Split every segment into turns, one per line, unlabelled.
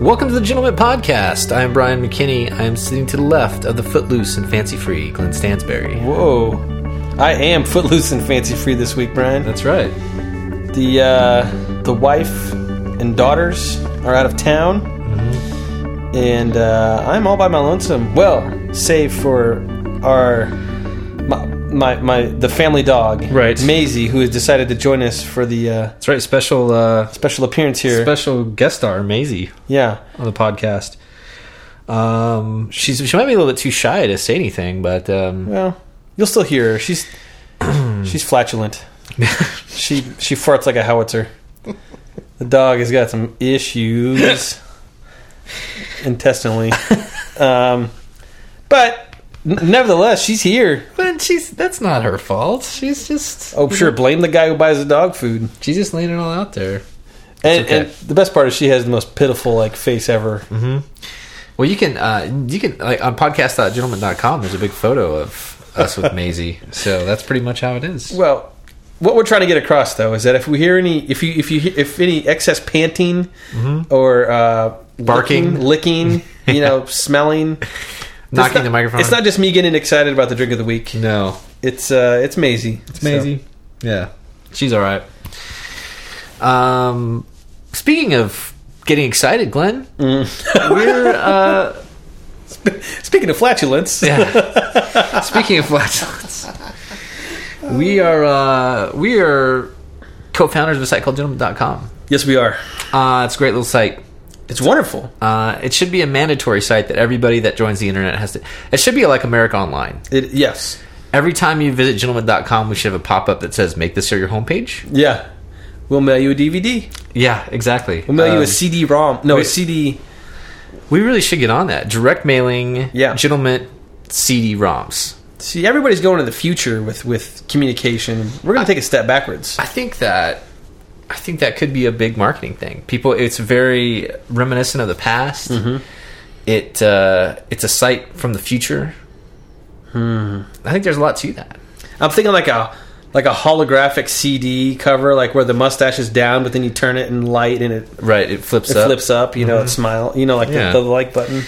Welcome to the Gentleman Podcast. I am Brian McKinney. I am sitting to the left of the footloose and fancy free Glenn Stansberry.
Whoa. I am footloose and fancy free this week, Brian.
That's right.
The uh, the wife and daughters are out of town, and uh, I'm all by my lonesome. Well, save for our my my, my the family dog,
Right.
Maisie, who has decided to join us for the uh,
That's right. Special uh,
special appearance here.
special guest star Maisie
yeah,
on the podcast. Um, she's she might be a little bit too shy to say anything, but um,
well, you'll still hear her. She's she's flatulent. she she farts like a howitzer. The dog has got some issues intestinally, um, but n- nevertheless, she's here.
but she's that's not her fault. She's just
Oh, sure, blame the guy who buys the dog food.
she's just laying it all out there.
And,
okay.
and the best part is she has the most pitiful like face ever.
Well, you can uh, you can like on podcast.gentleman.com. There's a big photo of us with Maisie, so that's pretty much how it is.
Well, what we're trying to get across though is that if we hear any, if you, if you, he- if any excess panting or uh,
Mm-hmm. Barking.
licking, licking you know, smelling,
Knocking
it's not-
the microphone.
It's not just me getting excited about the drink of the week.
no.
It's uh, it's Maisie. It's
Yeah. She's all right. Um, speaking of getting excited, Glenn, Mm. we're uh,
Speaking of flatulence,
yeah. uh, speaking of flatulence, we are uh, we are co-founders of a site called Gentleman.com.
yes, we are.
Uh, it's a great little site.
It's wonderful.
Uh, it should be a mandatory site that everybody that joins the internet has to. It should be like America Online.
It yes,
Every time you visit gentleman.com, we should have a pop up that says, Make this your homepage.
yeah. We'll mail you a DVD.
Yeah, exactly.
We'll mail you
Um,
a CD-ROM. No,
we-
a CD.
We really should get on that. Direct mailing,
Yeah.
gentlemen CD ROMs.
See, everybody's going to the future with with communication. We're going to take a step backwards.
I think that I think that could be a big marketing thing. People it's very reminiscent of the past. It uh, it's a site from the future. Hmm. I think there's a lot to that.
I'm thinking like a like a holographic CD cover, like where the mustache is down, but then you turn it in light and it,
Right, it flips
it
up. Mm-hmm.
flips up. You know, it smile. You know, like
Yeah.
the, the like button.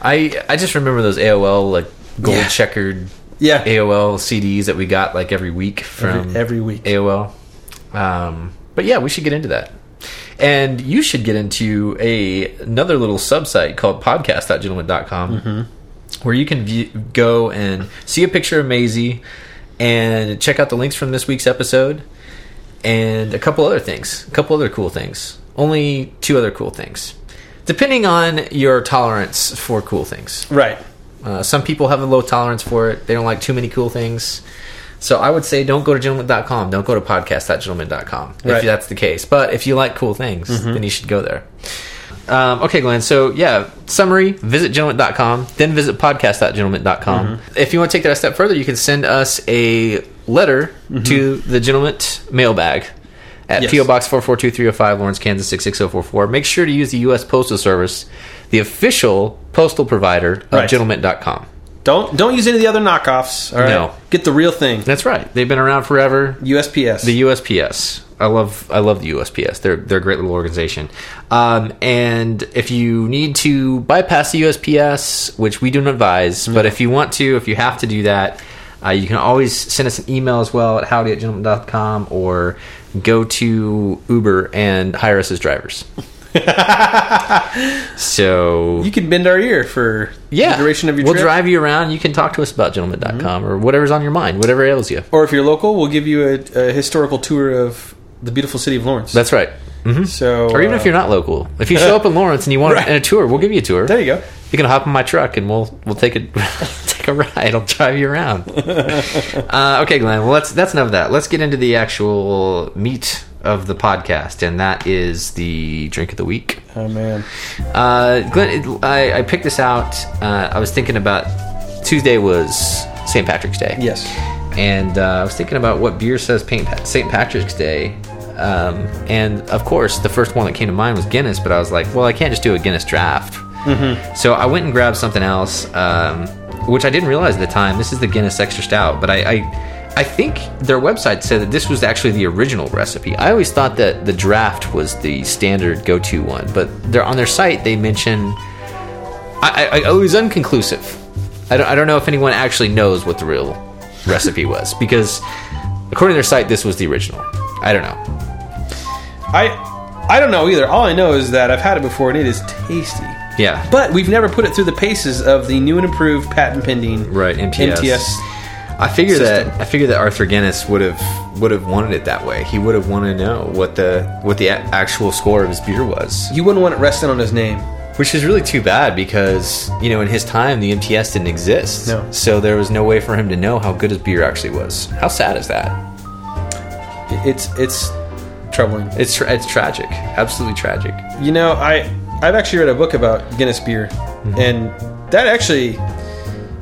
I I just remember those AOL like gold
Yeah.
checkered
Yeah,
AOL CDs that we got like every week from
every, every week.
AOL. Um, but yeah, we should get into that. And you should get into a another little subsite called podcast.gentleman.com
Mm-hmm.
where you can view, go and see a picture of Maisie and check out the links from this week's episode and a couple other things, a couple other cool things. Only two other cool things. Depending on your tolerance for cool things.
Right.
Uh, some people have a low tolerance for it. They don't like too many cool things. So I would say don't go to gentleman.com. Don't go to podcast.gentleman.com if
Right. Mm-hmm.
that's the case. But if you like cool things, then you should go there. Um, okay, Glenn. So, yeah, summary visit gentleman.com, then visit podcast.gentleman.com.
Mm-hmm.
If you want to take that a step further, you can send us a letter to the gentleman mailbag at
Mm-hmm. Yes.
P.O. Box 442305, Lawrence, Kansas 66044. Make sure to use the U.S. Postal Service, the official postal provider of
Right.
gentleman.com.
Don't don't use any of the other knockoffs. All right.
No.
Get the real thing.
That's right. They've been around forever.
USPS.
The USPS. I love I love the USPS. They're they're a great little organization. Um, and if you need to bypass the USPS, which we don't advise, but if you want to, if you have to do that, uh, you can always send us an email as well at howdy at gentleman.com or go to Uber and hire us as drivers. so
you can bend our ear for
yeah,
the duration of your
we'll
trip.
drive you around. You can talk to us about gentleman.com or whatever's on your mind, whatever ails you.
Or if you're local, we'll give you a, a historical tour of the beautiful city of Lawrence.
That's right. Mm-hmm.
so.
Or even if you're not local, if you show up in Lawrence and you want
uh, Right.
a, a tour, we'll give you a tour.
uh, there you go.
You can hop in my truck and we'll we'll take a take a ride. I'll drive you around. uh, okay, Glenn. Well, let's that's enough of that. Let's get into the actual meat of the podcast, and that is the drink of the week.
Oh man.
Uh, Glenn, it- I, I picked this out. Uh, I was thinking about Tuesday was St. Patrick's Day.
Yes.
And uh, I was thinking about what beer says Paint Pa- St. Patrick's Day. Um, and of course, the first one that came to mind was Guinness, but I was like, well, I can't just do a Guinness draft. So I went and grabbed something else, um, which I didn't realize at the time. This is the Guinness Extra Stout, but I, I, I think their website said that this was actually the original recipe. I always thought that the draft was the standard go-to one, but they're on their site they mention I, I, I, it was unconclusive. I don't, I don't know if anyone actually knows what the real recipe was because, according to their site, this was the original. I don't know.
I I don't know either. All I know is that I've had it before and it is tasty.
Yeah,
But we've never put it through the paces of the new and improved patent pending
right. MTS.
MTS.
I figure that
system.
I figure that Arthur Guinness would have would have wanted it that way. He would have wanted to know what the what the a- actual score of his beer was,
You wouldn't want it resting on his name.
which is really too bad because you know in his time the MTS didn't exist.
No.
So there was no way for him to know how good his beer actually was. How sad is that?
I- It's it's troubling.
It's tra- it's tragic. Absolutely tragic.
You know, I I've actually read a book about Guinness beer,
Mm-hmm.
and that actually,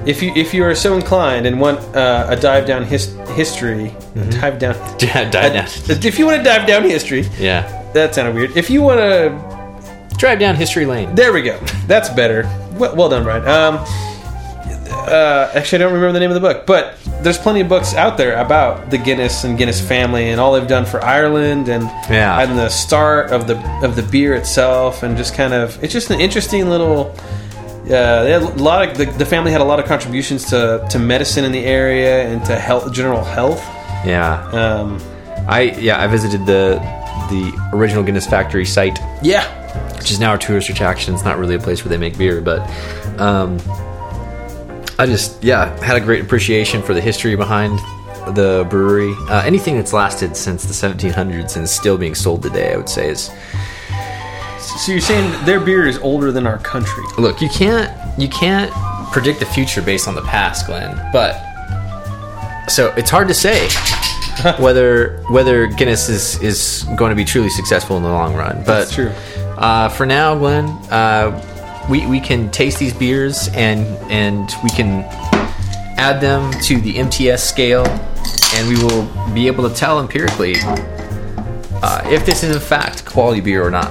if you if you are so inclined and want uh, a dive down his, history, a dive down,
Yeah, Mm-hmm. dive down.
if you want to dive down history,
Yeah.
that sounded weird. If you want to
Drive down history lane.
There we go. That's better. Well, well done, Brian. Um, uh, actually, I don't remember the name of the book, but there's plenty of books out there about the Guinness and Guinness family and all they've done for Ireland and
Yeah.
and the start of the of the beer itself and just kind of it's just an interesting little. Uh, they had a lot of the, the family had a lot of contributions to, to medicine in the area and to health general health.
Yeah.
Um,
I yeah, I visited the the original Guinness factory site,
yeah,
which is now a tourist attraction. It's not really a place where they make beer, but um I just yeah, had a great appreciation for the history behind the brewery. Uh, anything that's lasted since the 1700s and is still being sold today, I would say is
so you're saying their beer is older than our country?
look you can't you can't predict the future based on the past glenn but so it's hard to say whether whether guinness is is going to be truly successful in the long run but
That's true.
uh, for now glenn uh, we, we can taste these beers and and we can add them to the mts scale and we will be able to tell empirically uh, if this is in fact quality beer or not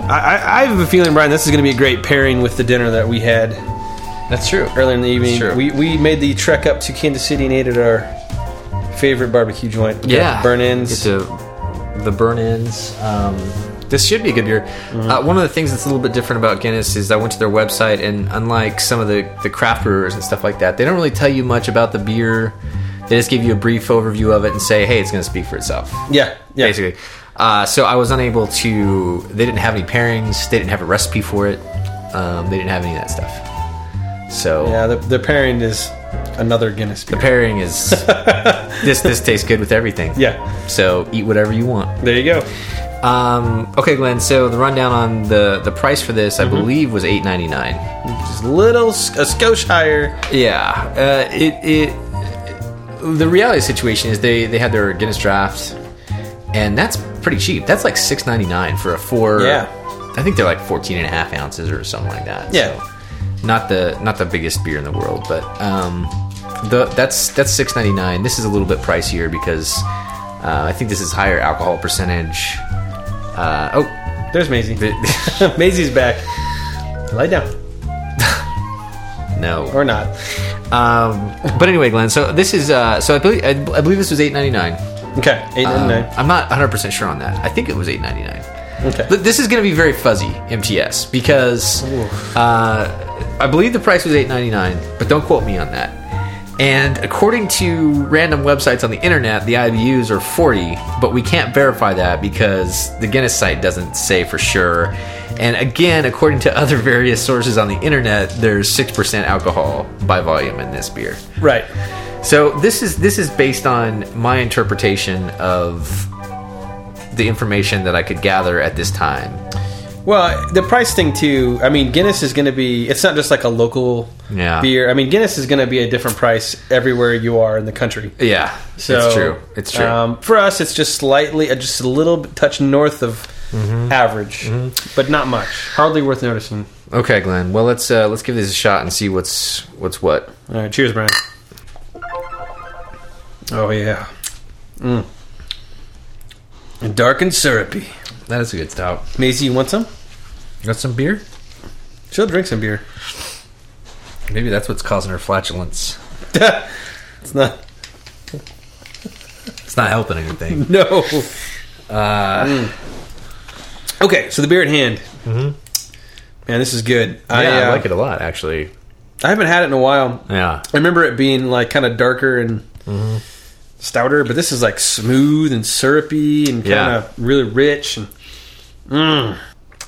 I, I- I have a feeling, Brian, this is going to be a great pairing with the dinner that we had
that's true
earlier in the evening.
Sure.
We, we made the trek up to Kansas City and ate at our favorite barbecue joint.
yeah
Burn ins.
Get to the burn ins um, this should be a good beer
Mm-hmm.
uh, one of the things that's a little bit different about guinness is i went to their website and unlike some of the, the craft brewers and stuff like that they don't really tell you much about the beer they just give you a brief overview of it and say hey it's going to speak for itself
Yeah, yeah.
basically uh, so i was unable to they didn't have any pairings they didn't have a recipe for it um, they didn't have any of that stuff so
Yeah, the, the pairing is another Guinness beer.
pairing is this this tastes good with everything
yeah,
so eat whatever you want
there you go.
Um, okay, Glenn. So the rundown on the the price for this,
Mm-hmm.
I believe, was eight ninety nine.
Just a little, sc- a skosh higher.
Yeah. Uh, it it the reality of the situation is they they had their Guinness draft, and that's pretty cheap. That's like six ninety nine for a four.
Yeah.
I think they're like 14 and a half ounces or something like that.
Yeah.
So not the not the biggest beer in the world, but um, the that's that's six ninety nine. This is a little bit pricier because uh, I think this is higher alcohol percentage. Uh, oh.
There's Maisie.
The-
Maisie's back. Lie down.
no.
Or not.
Um, but anyway, Glenn. So this is. Uh, so I believe I, I believe this was eight ninety nine.
Okay, 8
Um,
and 9.
I'm not 100 percent sure on that. I think it was eight ninety nine.
Okay.
But this is going to be very fuzzy MTS because uh, I believe the price was eight ninety nine, but don't quote me on that. And according to random websites on the internet, the IBUs are forty, but we can't verify that because the Guinness site doesn't say for sure. And again, according to other various sources on the internet, there's six percent alcohol by volume in this beer.
Right.
So this is this is based on my interpretation of the information that I could gather at this time.
Well, the price thing too. I mean, Guinness is going to be. It's not just like a local
Yeah.
beer. I mean, Guinness is going to be a different price everywhere you are in the country.
Yeah,
So
it's true. It's true.
Um, for us, it's just slightly, uh, just a little bit touch north of
Mm-hmm.
average, but not much. Hardly worth noticing.
Okay, Glenn. Well, let's uh, let's give this a shot and see what's what's what.
All right, cheers, Brian. Oh yeah, mm. dark and syrupy.
That is a good stout.
Maisie, you want some?
Got some beer?
She'll drink some beer.
Maybe that's what's causing her flatulence.
it's not.
It's not helping anything.
No. Uh, Okay, so the beer at hand. Mm-hmm. Man, this is good. I,
yeah, I
uh,
like it a lot, actually.
I haven't had it in a while.
Yeah.
I remember it being like kind of darker and
Mm-hmm.
stouter, but this is like smooth and syrupy and kind
Yeah.
of really rich. And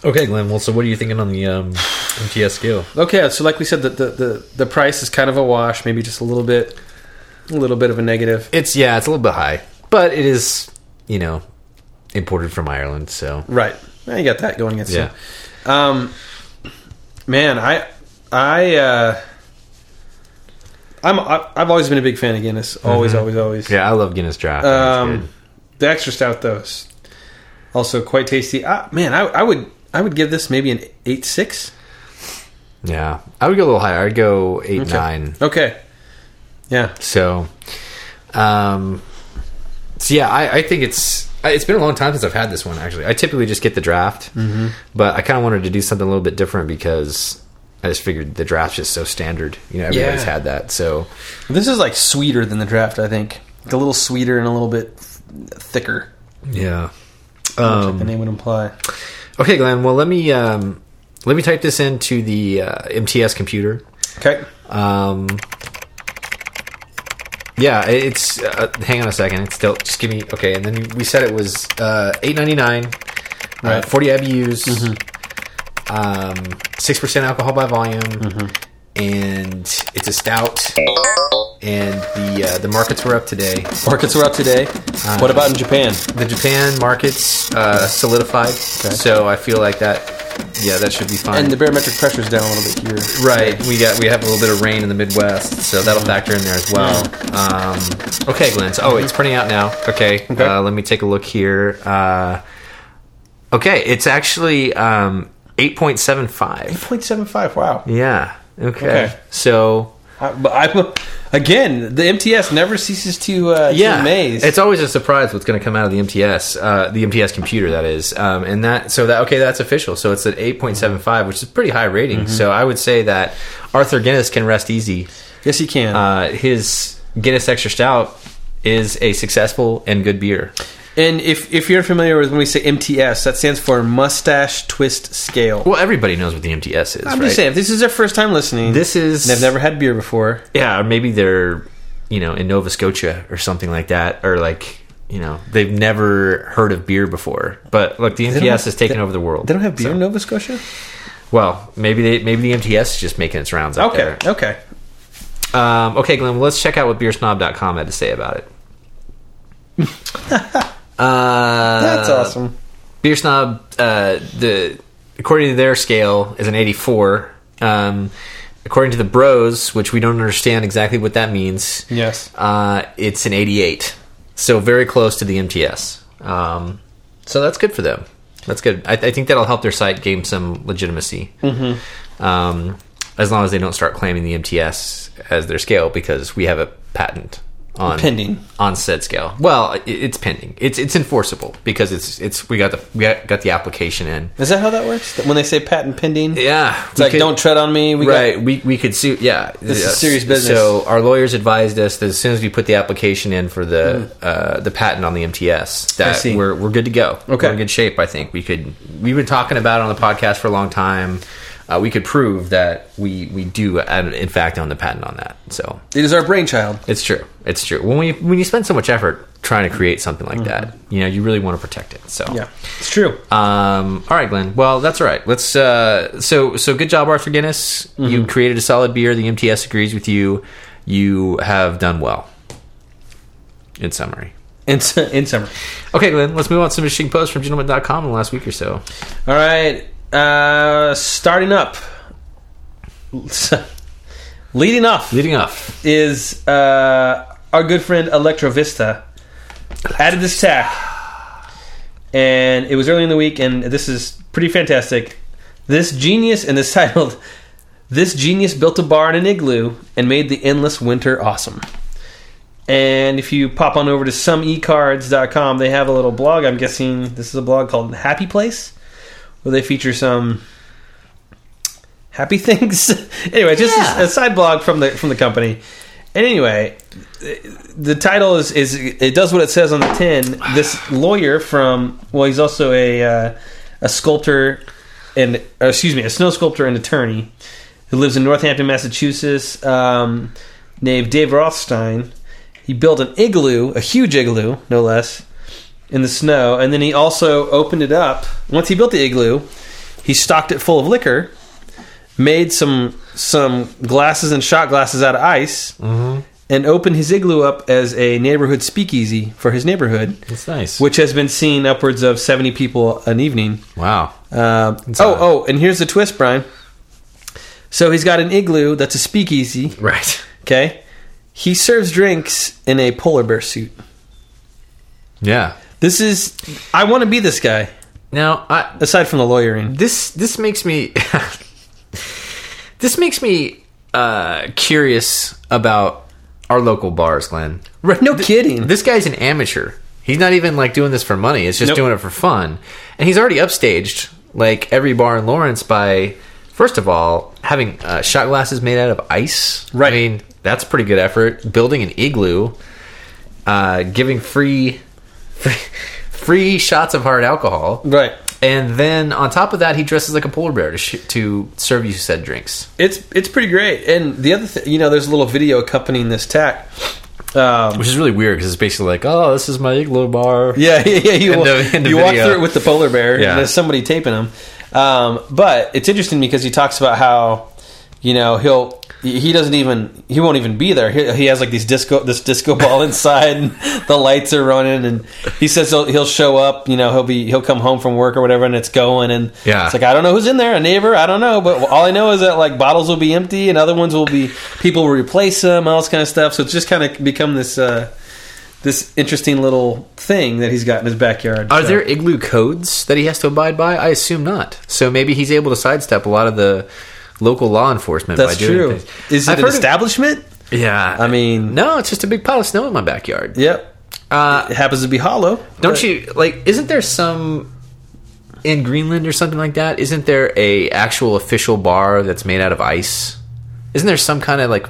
Okay, Glenn. Well, so what are you thinking on the um, MTS scale?
okay, so like we said, the, the the the price is kind of a wash, maybe just a little bit, a little bit of a negative,
It's yeah, it's a little bit high, but it is you know imported from Ireland, so
right? Yeah, you got that going against
yeah.
you. Um, man, I, I, uh, I'm, I- I've always been a big fan of Guinness. Always, always, always.
Mm-hmm. Yeah, I love Guinness Draft. That's
Um,
good.
the extra stout though is also quite tasty. Ah, man, I, I would, I would give this maybe an eight six.
Yeah, I would go a little higher. I'd go eight nine.
Okay. Yeah.
So, um, so yeah, I, I think it's I- it's been a long time since I've had this one. Actually, I typically just get the draft,
Mm-hmm.
but I kind of wanted to do something a little bit different because I just figured the draft's just so standard. You know, everybody's
Yeah.
had that. So
This is like sweeter than the draft, I think. Like a little sweeter and a little bit thicker.
yeah.
Um, the name would imply.
Okay, Glenn. Well, let me um, let me type this into the uh, MTS computer.
Okay.
Um, yeah, i- it's. Uh, hang on a second. It's still just give me okay. And then we said it was uh, eight ninety nine, uh,
Right. Mm-hmm.
forty IBUs, um, six percent alcohol by volume, and it's a stout. And the uh, the markets were up today.
Markets were out today. what about in Japan?
The Japan markets uh, solidified, so I feel like that. Yeah, that should be fine.
And the barometric pressure's down a little bit here.
Right, we got we have a little bit of rain in the Midwest, so that'll factor in there as well. Um, okay, Glenn. So, oh, it's printing out now. Okay, Uh, let me take a look here. Uh, okay, it's actually um, eight point seven five.
0.75. Wow.
Yeah. Okay.
Okay.
So
I, but I'm again. The MTS never ceases to uh,
yeah,
to amaze.
it's always a surprise what's going to come out of the MTS, uh, the MTS computer that is, um, and that so that okay, that's official. So it's at eight point seven five, which is a pretty high rating. So I would say that Arthur Guinness can rest easy.
yes, you can.
uh, his Guinness Extra Stout is a successful and good beer.
and if if you're familiar with when we say MTS, that stands for Mustache Twist Scale.
Well, everybody knows what the MTS is,
I'm
right?
just saying, if this is their first time listening,
This is
and they've never had beer before.
yeah, or maybe they're you know in Nova Scotia or something like that, or like you know they've never heard of beer before. But look, the
don't
MTS
have-
has taken
they-
over the world.
They don't have beer
So-
in Nova Scotia.
Well, maybe they maybe the MTS is just making its rounds. Out
Okay,
There.
okay.
Um, okay, Glenn. Well, let's check out what beersnob.com had to say about it. uh,
That's awesome.
Beer Snob, uh, the according to their scale, is an 84. Um, according to the Bros, which we don't understand exactly what that means,
Yes.
uh, it's an 88. So very close to the MTS. Um, so that's good for them. That's good. I, I think that'll help their site gain some legitimacy. Mm-hmm. Um, as long as they don't start claiming the MTS as their scale, because we have a patent on
Pending.
on said scale. Well, it, it's pending. It's it's enforceable because it's it's we got the we got, got the application in.
Is that how that works? That When they say patent pending,
Yeah,
it's like don't tread on me. We
right. we we could sue. Yeah,
is
Yes.
serious business.
So our lawyers advised us that as soon as we put the application in for the uh, the patent on the MTS, that
Hmm. see.
we're we're good to go.
Okay.
we're in good shape. I think we could. We've been talking about it on the podcast for a long time. Uh, we could prove that we we do uh, in fact own the patent on that. So
got, it is our brainchild.
it's true. It's true. When we when you spend so much effort trying to create something like that, you know, you really want to protect it. So
Yeah, it's true.
um, all right, Glenn. Well, that's all right. Let's. Uh, so, so good job, Arthur Guinness. You created a solid beer. The MTS agrees with you. You have done well. In summary.
in, su- in summer.
Okay, Glenn. Let's move on to some interesting posts from gentleman.com in the last week or so.
All right. Uh, starting up. Leading off
Leading off.
is uh, our good friend Electrovista added this tack. and it was early in the week, and this is pretty fantastic. This genius, and this titled, This Genius Built a Bar in an Igloo and Made the Endless Winter Awesome. And if you pop on over to someecards.com, they have a little blog. I'm guessing this is a blog called Happy Place, where they feature some happy things. anyway, just
Yeah.
a, a side blog from the from the company. And anyway, the title is is it does what it says on the tin. This lawyer from well, he's also a uh, a sculptor and or excuse me, a snow sculptor and attorney who lives in Northampton, Massachusetts. Um, named Dave Rothstein. He built an igloo, a huge igloo, no less, in the snow, and then he also opened it up. Once he built the igloo, he stocked it full of liquor, made some some glasses and shot glasses out of ice, and opened his igloo up as a neighborhood speakeasy for his neighborhood,
That's nice.
which has been seen upwards of seventy people an evening.
wow.
Um, oh, oh, and here's the twist, Brian. So he's got an igloo that's a speakeasy.
Right.
Okay. He serves drinks in a polar bear suit.
Yeah.
This is I want to be this guy.
Now, I,
Aside from the lawyering,
this this makes me this makes me uh, curious about our local bars, Glenn.
right? No kidding.
Mm. This guy's an amateur. He's not even like doing this for money. It's just
Nope.
doing it for fun, and he's already upstaged like every bar in Lawrence by first of all having uh, shot glasses made out of ice.
Right.
I mean, that's pretty good effort. Building an igloo, uh, giving free, free free shots of hard alcohol.
right.
And then on top of that, he dresses like a polar bear to, sh- to serve you said drinks.
It's it's pretty great. And the other thing, you know, there's a little video accompanying this tack. Um,
Which is really weird because it's basically like, oh, this is my igloo bar.
yeah, yeah, yeah. You,
End
wa-
of- end of
you walk
video.
through it with the polar bear.
Yeah.
And there's somebody taping him. Um, but it's interesting because he talks about how, you know, he'll he doesn't even he won't even be there. He, he has like these disco this disco ball inside, and the lights are running, and he says he'll, he'll show up. You know, he'll be he'll come home from work or whatever, and it's going, and
Yeah.
it's like I don't know who's in there, a neighbor, I don't know, but all I know is that like bottles will be empty, and other ones will be people will replace them, all this kind of stuff. So it's just kind of become this. Uh, this interesting little thing that he's got in his backyard.
Are
So-
there igloo codes that he has to abide by? I assume not. So maybe he's able to sidestep a lot of the local law enforcement
That's
by doing
true.
things.
Is it
I've
an
heard of-
establishment?
yeah.
I mean-
no, it's just a big pile of snow in my backyard.
Yep.
Uh,
It happens to be hollow.
don't you, like, isn't there some. In Greenland or something like that, isn't there a actual official bar that's made out of ice? Isn't there some kind of like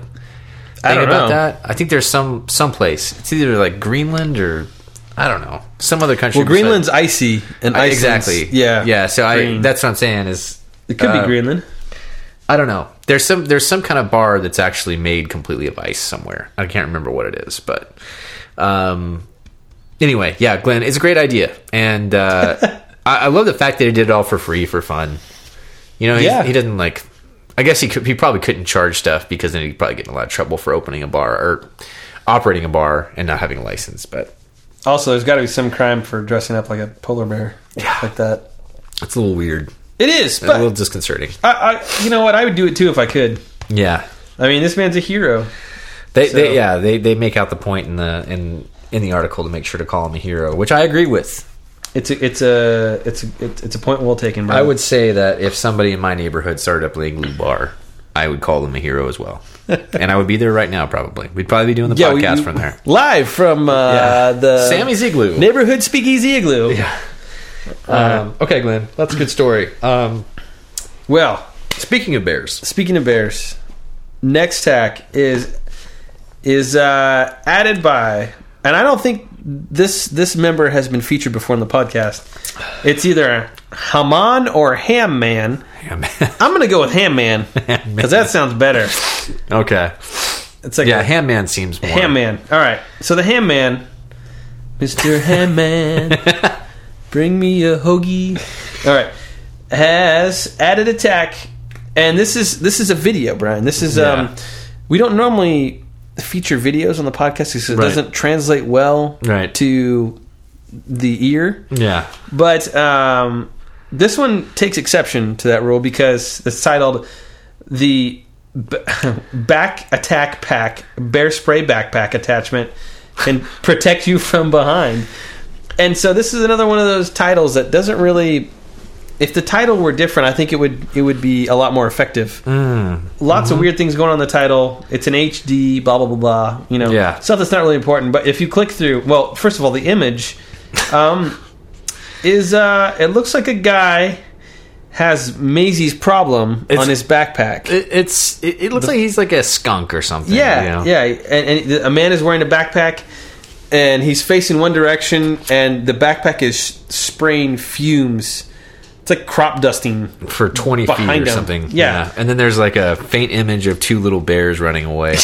I
thing
don't
about
know.
that. I think there's some someplace. It's either like Greenland or I don't know some other country.
Well, Greenland's icy and
I-
Iceland's-
exactly
Yeah.
yeah. So I
green.
that's what I'm saying is
it could
uh,
be Greenland.
I don't know. There's some there's some kind of bar that's actually made completely of ice somewhere. I can't remember what it is, but um, anyway, yeah, Glenn, it's a great idea, and uh, I, I love the fact that he did it all for free for fun. You know, he's-
Yeah.
he didn't like. I guess he could, he probably couldn't charge stuff because then he'd probably get in a lot of trouble for opening a bar or operating a bar and not having a license. But
Also, there's got to be some crime for dressing up like a polar bear, like that.
it's a little weird,
It is,
a little
but
disconcerting.
I, I, you know what? I would do it too if I could.
Yeah,
I mean, this man's a hero.
They,
So-
they yeah, they, they make out the point in the in in the article to make sure to call him a hero, which I agree with.
It's a, it's a, it's a, it's it's a point well taken. Bro.
I would say that if somebody in my neighborhood started up an igloo bar, I would call them a hero as well, and I would be there right now probably. We'd probably be doing the
we-
podcast
we-
from there.
live from uh, the
Sammy's igloo.
neighborhood speakeasy igloo.
yeah. Um, okay, Glenn, that's a good story. Um,
Well,
speaking of bears,
Speaking of bears, next tack is is uh, added by, and I don't think this this member has been featured before in the podcast. It's either Haman or Ham Man. I'm gonna go with Ham Man because that sounds better.
okay,
It's like
yeah,
a
Ham Man seems more
Ham Man. All right, so the Ham Man, Mr. Ham Man, bring me a hoagie. All right, has added attack, and this is this is a video, Brian. This is
Yeah.
um, we don't normally feature videos on the podcast because it
Right.
doesn't translate well
Right.
to the ear,
Yeah,
but um, this one takes exception to that rule because it's titled the B- back attack pack bear spray backpack attachment can protect you from behind. and so this is another one of those titles that doesn't really. If the title were different, I think it would it would be a lot more effective. Lots of weird things going on in the title. It's an HD, blah blah blah blah. You know,
Yeah.
stuff that's not really important. But if you click through, well, first of all, the image um, is uh, it looks like a guy has Maisie's problem
It's-
on his backpack.
It, it's it, it looks like he's like a skunk or something. you
Yeah,
know?
yeah. And, and the- a man is wearing a backpack, and he's facing one direction, and the backpack is spraying fumes. It's like crop dusting.
for twenty feet
Behind
or
him.
something.
Yeah.
and then there's like a faint image of two little bears running away.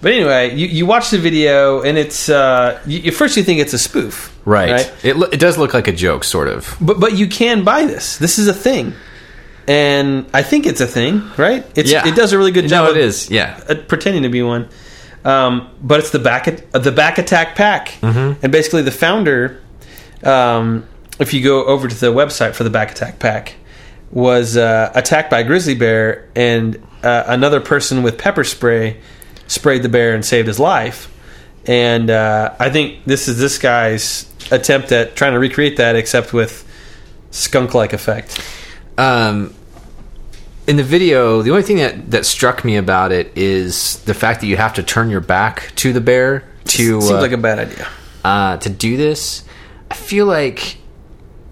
But anyway, you, you watch the video, and it's uh, you, you- first you think it's a spoof,
right. It lo- it does look like a joke, sort of.
But but you can buy this. This is a thing, and I think it's a thing, right? It's,
Yeah.
it does a really good job.
No,
of-
it is. Yeah,
uh, pretending to be one. Um, but it's the back at, uh, the back attack pack, and basically the founder. Um, if you go over to the website for the back attack pack, was uh, attacked by a grizzly bear, and uh, another person with pepper spray sprayed the bear and saved his life. And uh, I think this is this guy's attempt at trying to recreate that, except with skunk-like effect.
um, in the video, the only thing that, that struck me about it is the fact that you have to turn your back to the bear to
Seems
uh,
like a bad idea.
uh, to do this. I feel like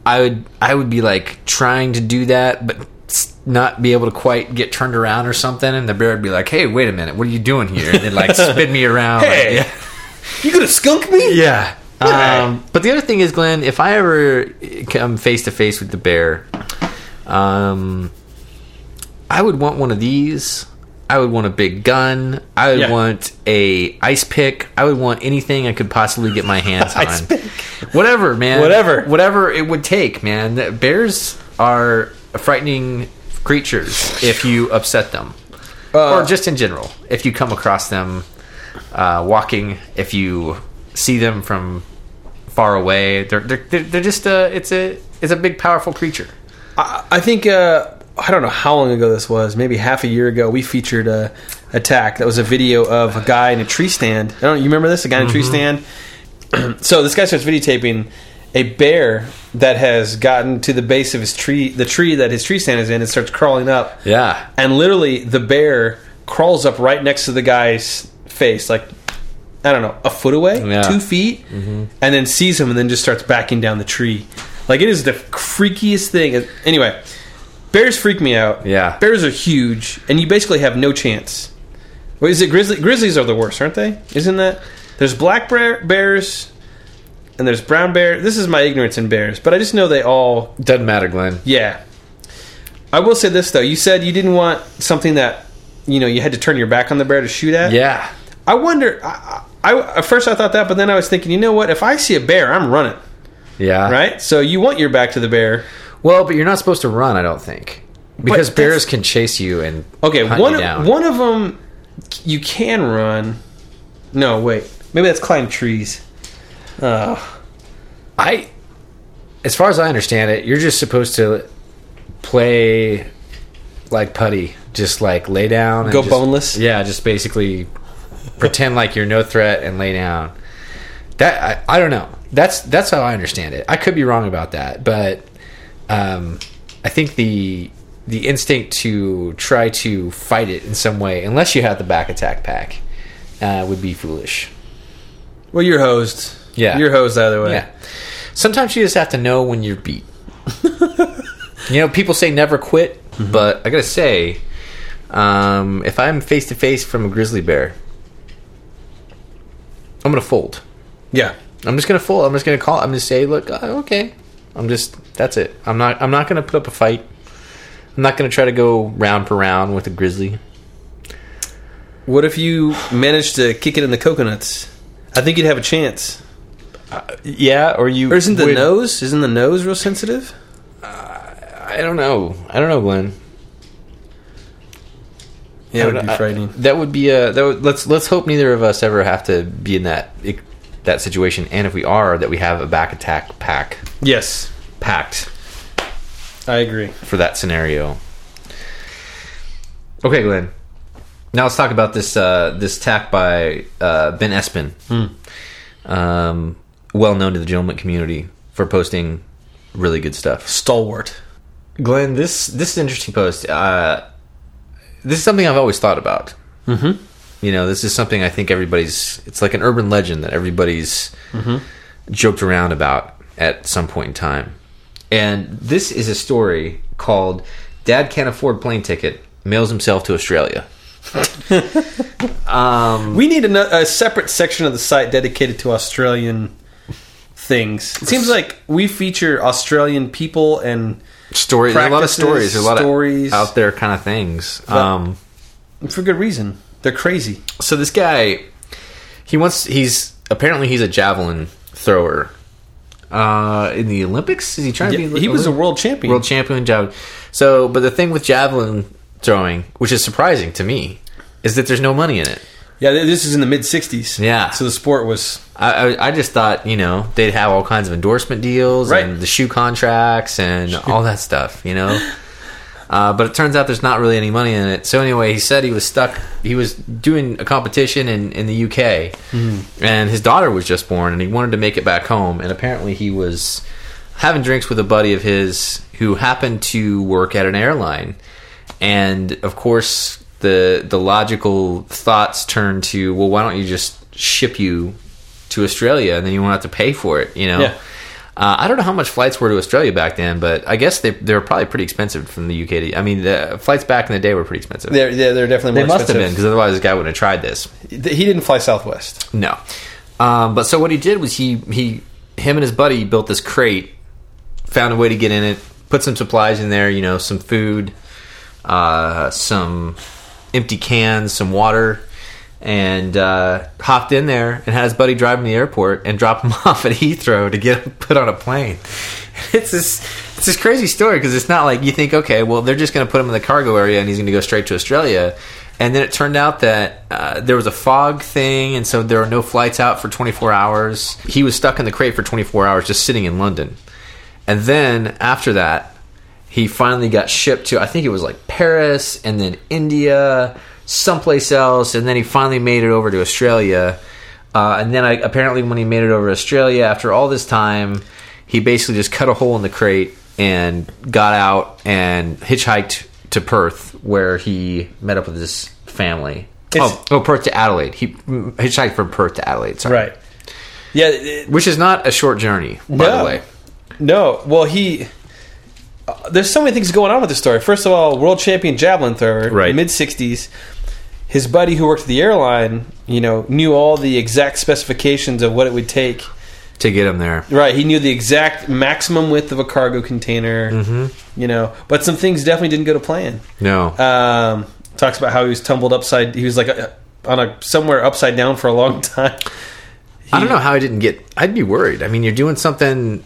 I would I would be like trying to do that, but s- not be able to quite get turned around or something, and the bear would be like, "Hey, wait a minute, what are you doing here?" And then like spin me around. like,
Hey.
yeah.
You gonna skunk me?
Yeah.
Okay.
Um, but the other thing is, Glenn, if I ever come face to face with the bear, um, I would want one of these. I would want a big gun. I would
Yeah.
want a ice pick. I would want anything I could possibly get my hands
Ice
on.
pick.
Whatever, man.
Whatever.
Whatever it would take, man. That- Bears are frightening creatures if you upset them, or just in general. If you come across them uh, walking, if you see them from far away, they're they're, they're, they're just a it's a it's a big powerful creature.
I I think uh, I don't know how long ago this was. Maybe half a year ago, we featured a attack that was a video of a guy in a tree stand. I don't. You remember this? A guy in a tree stand. so this guy starts videotaping a bear that has gotten to the base of his tree, the tree that his tree stand is in, and starts crawling up.
Yeah.
And literally, the bear crawls up right next to the guy's face, like I don't know, a foot away,
Yeah. Mm-hmm.
two feet, and then sees him, and then just starts backing down the tree. Like it is the freakiest thing. Anyway, bears freak me out.
Yeah.
bears are huge, and you basically have no chance. What is it? Grizzly grizzlies are the worst, aren't they? Isn't that? There's black bear, bears, and there's brown bear. This is my ignorance in bears, but I just know they all
Doesn't matter, Glenn.
yeah. I will say this though. You said you didn't want something that you know you had to turn your back on the bear to shoot at.
Yeah.
I wonder. I, I at first I thought that, but then I was thinking, you know what? If I see a bear, I'm running.
Yeah.
Right. So you want your back to the bear.
Well, but you're not supposed to run, I don't think. Because
But that's-
bears can chase you and
Okay.
hunt
one
you
of,
down.
one of them you can run. No, wait. Maybe that's climb trees. Oh,
I, as far as I understand it, you're just supposed to play like putty, just like lay down, and
Go
just-
boneless?
Yeah, just basically pretend like you're no threat and lay down. That I, I don't know. That's that's how I understand it. I could be wrong about that, but um, I think the the instinct to try to fight it in some way, unless you have the back attack pack, uh, would be foolish.
well, you're hosed.
Yeah.
you're hosed either way.
Yeah. Sometimes you just have to know when you're beat. you know, people say never quit, but I gotta say, um, if I'm face to face from a grizzly bear, I'm gonna fold.
Yeah.
I'm just gonna fold. I'm just gonna call. I'm gonna say, look, uh, okay. I'm just that's it. I'm not. I'm not gonna put up a fight. I'm not gonna try to go round for round with a grizzly.
What if you managed to kick it in the coconuts? I think you'd have a chance.
Yeah, or you.
Or isn't the nose? Isn't the nose real sensitive?
I don't know. I don't know, Glenn.
Yeah, it would be
I-
frightening.
that would be a that would, let's let's hope neither of us ever have to be in that that situation. And if we are, that we have a back attack pack
yes,
packed
I agree.
for that scenario. Okay, Glenn. Now let's talk about this uh, this attack by uh, Ben Espen. Um, well known to the gentleman community for posting really good stuff.
Stalwart.
Glenn, this this is an interesting post. Uh, this is something I've always thought about. Mm-hmm. You know, this is something I think everybody's. It's like an urban legend that everybody's joked around about at some point in time. And this is a story called "Dad Can't Afford Plane Ticket, Mails Himself to Australia."
We need a, a separate section of the site dedicated to Australian things. It seems like we feature Australian people and
Stories, there's a lot of
Practices,
stories, there's a lot
stories.
of out there kind of things. Um,
for good reason. They're crazy.
so this guy he wants he's apparently he's a javelin thrower uh in the olympics is he trying to be
he was a world champion.
world champion javelin so but the thing with javelin throwing which is surprising to me is that there's no money in it
yeah, th- this is in the mid 60s.
Yeah.
So the sport was
I, I i just thought you know they'd have all kinds of endorsement deals
Right.
and the shoe contracts and all that stuff you know Uh, but it turns out there's not really any money in it. So anyway, he said he was stuck. He was doing a competition in, in the UK, and his daughter was just born, and he wanted to make it back home. And apparently, he was having drinks with a buddy of his who happened to work at an airline. And of course, the the logical thoughts turned to, well, why don't you just ship you to Australia, and then you won't have to pay for it, you know?
Yeah.
Uh, I don't know how much flights were to Australia back then, but I guess they they were probably pretty expensive from the UK. To, I mean, the flights back in the day were pretty expensive.
they're they're, they're definitely
they
more
must have been
expensive.
because otherwise this guy wouldn't have tried this.
He didn't fly Southwest.
No, um, but so what he did was he he him and his buddy built this crate, found a way to get in it, put some supplies in there, you know, some food, uh, some empty cans, some water. And uh, hopped in there and had his buddy drive him to the airport and drop him off at Heathrow to get put on a plane. It's this it's this crazy story because it's not like you think okay, well they're just going to put him in the cargo area and he's going to go straight to Australia, and then it turned out that uh, there was a fog thing and so there were no flights out for 24 hours. He was stuck in the crate for 24 hours just sitting in London, and then after that he finally got shipped to I think it was like Paris and then India, someplace else, and then he finally made it over to Australia. Uh, and then I, apparently, when he made it over to Australia, after all this time, he basically just cut a hole in the crate and got out and hitchhiked to Perth, where he met up with his family.
It's-
oh, oh, Perth to Adelaide. He mm, hitchhiked from Perth to Adelaide. Sorry,
Yeah. it-
Which is not a short journey, by
No.
the way.
no. Well, he. uh, There's so many things going on with this story. First of all, world champion javelin thrower,
Right.
mid 60s. His buddy who worked at the airline, you know, knew all the exact specifications of what it would take.
To get him there,
Right, he knew the exact maximum width of a cargo container. Mm-hmm. You know, but some things definitely didn't go to plan.
no,
um, talks about how he was tumbled upside. He was like uh on a somewhere upside down for a long time.
I don't know how I didn't get. I'd be worried. I mean, you're doing something.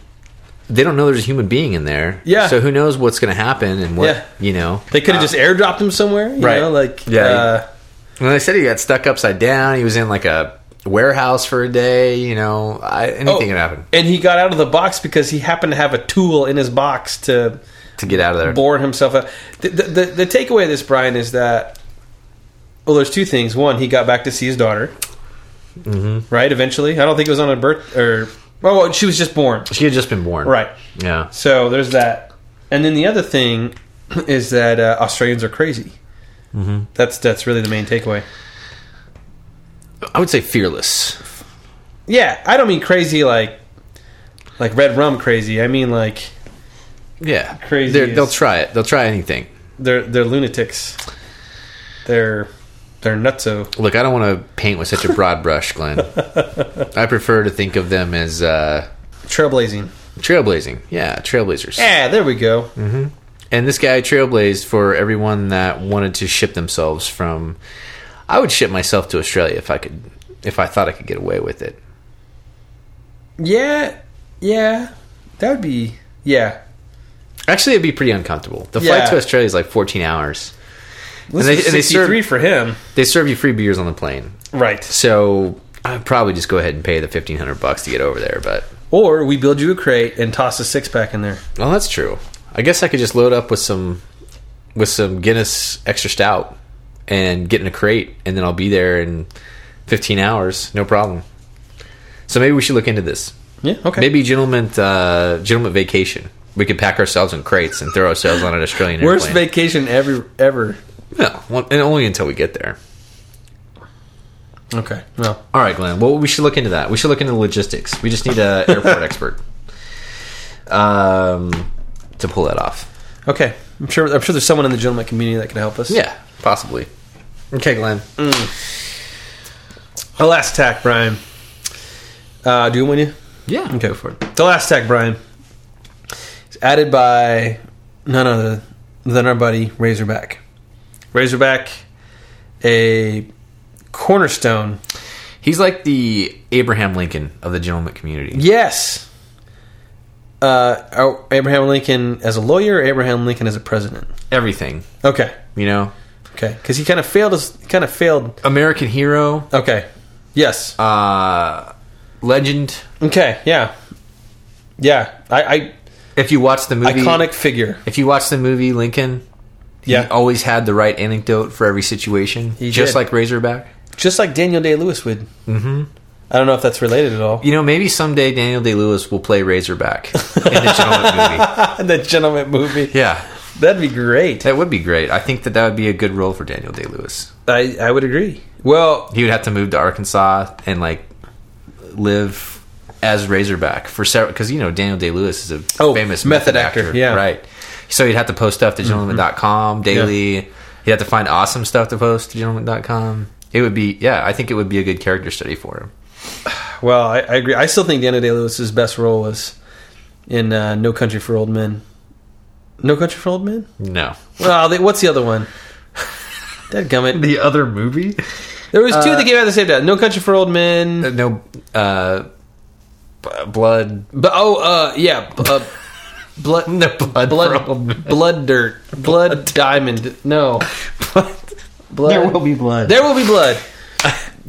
They don't know there's a human being in there.
Yeah.
So who knows what's going to happen and what
Yeah.
you know.
They could have just airdropped him somewhere, you
Uh, Right.
Know, like
Yeah.
uh,
When they said he got stuck upside down, he was in like a warehouse for a day. You know, I, anything
oh,
could happen
And he got out of the box because he happened to have a tool in his box to
to get out of there.
bore himself out. The, the, the, the takeaway of this, Brian, is that well, there's two things. One, he got back to see his daughter,
Mm-hmm.
right? Eventually, I don't think it was on a birth or oh, well, she was just born,
She had just been born.
right?
Yeah.
So there's that. And then the other thing is that uh, Australians are crazy. Mm-hmm. That's that's really the main takeaway.
I would say fearless.
Yeah, I don't mean crazy like like red rum crazy. I mean like
Yeah.
Crazy
They're,
is-
they'll try it. They'll try anything.
they're they're lunatics. They're they're nutso.
Look, I don't want to paint with such a broad brush, Glenn. I prefer to think of them as uh,
Trailblazing.
trailblazing. Yeah, trailblazers.
Yeah, there we go.
Mm. And this guy trailblazed for everyone that wanted to ship themselves from. I would ship myself to Australia if I could, if I thought I could get away with it.
Yeah, yeah. That would be yeah.
Actually, it'd be pretty uncomfortable. The
Yeah.
flight to Australia is like 14 hours.
This
they-
is
and they
63 for him.
They serve you free beers on the plane,
Right.
so I'd probably just go ahead and pay the 1500 bucks to get over there. But
Or we build you a crate and toss a six pack in there.
well, that's true. I guess I could just load up with some, with some Guinness extra stout, and get in a crate, and then I'll be there in 15 hours, no problem. So maybe we should look into this.
Yeah. Okay.
Maybe gentleman, uh, gentleman vacation. We could pack ourselves in crates and throw ourselves on an Australian
Worst
airplane.
vacation ever. Ever.
no, well, and only until we get there.
Okay. Well.
All right, Glenn. Well, we should look into that. We should look into logistics. We just need a airport expert um, to pull that off.
Okay. I'm sure. I'm sure there's someone in the gentleman community that can help us.
Yeah, possibly. Okay, Glenn.
The last attack, Brian. Uh, do you want you?
Yeah.
Mm. Okay, go for it. The last tech, Brian, is added by none other than our buddy Razorback. Razorback, a cornerstone.
He's like the Abraham Lincoln of the gentleman community.
Yes. Uh, our- Abraham Lincoln as a lawyer, Abraham Lincoln as a president.
Everything,
Okay,
you know,
okay, because he kind of failed. As kind of failed.
American hero,
Okay, yes.
uh, legend.
Okay, yeah, yeah. I,
If you watch the
I
movie,
iconic figure.
If you watch the movie Lincoln,
Yeah,
he always had the right anecdote for every situation,
He
just
did.
like Razorback.
just like Daniel Day Lewis would. Mm-hmm. I don't know if that's related at all.
You know, maybe someday Daniel Day Lewis will play Razorback in the gentleman movie.
the gentleman movie.
Yeah,
That'd be great.
that would be great. I think that that would be a good role for Daniel Day Lewis.
I, I would agree. Well,
He would have to move to Arkansas and like live as Razorback for several because you know Daniel Day Lewis is a
Oh,
famous
method actor, yeah. Mm-hmm.
right. So he'd have to post stuff to gentleman.com daily. He'd have to find awesome stuff to post to gentleman.com. It would be yeah, I think it would be a good character study for him.
well, I, I agree. I still think Daniel Day Lewis's best role was in uh, No Country for Old Men. No Country for Old Men.
No,
Well, they, what's the other one? That gummit.
the other uh, movie,
There was two that came out at the same time. No Country for Old Men.
Uh, no uh, b- blood,
But oh, uh, yeah, uh,
blood, no blood,
blood,
from-
blood, dirt, blood, diamond. No, blood.
be blood.
There will be blood.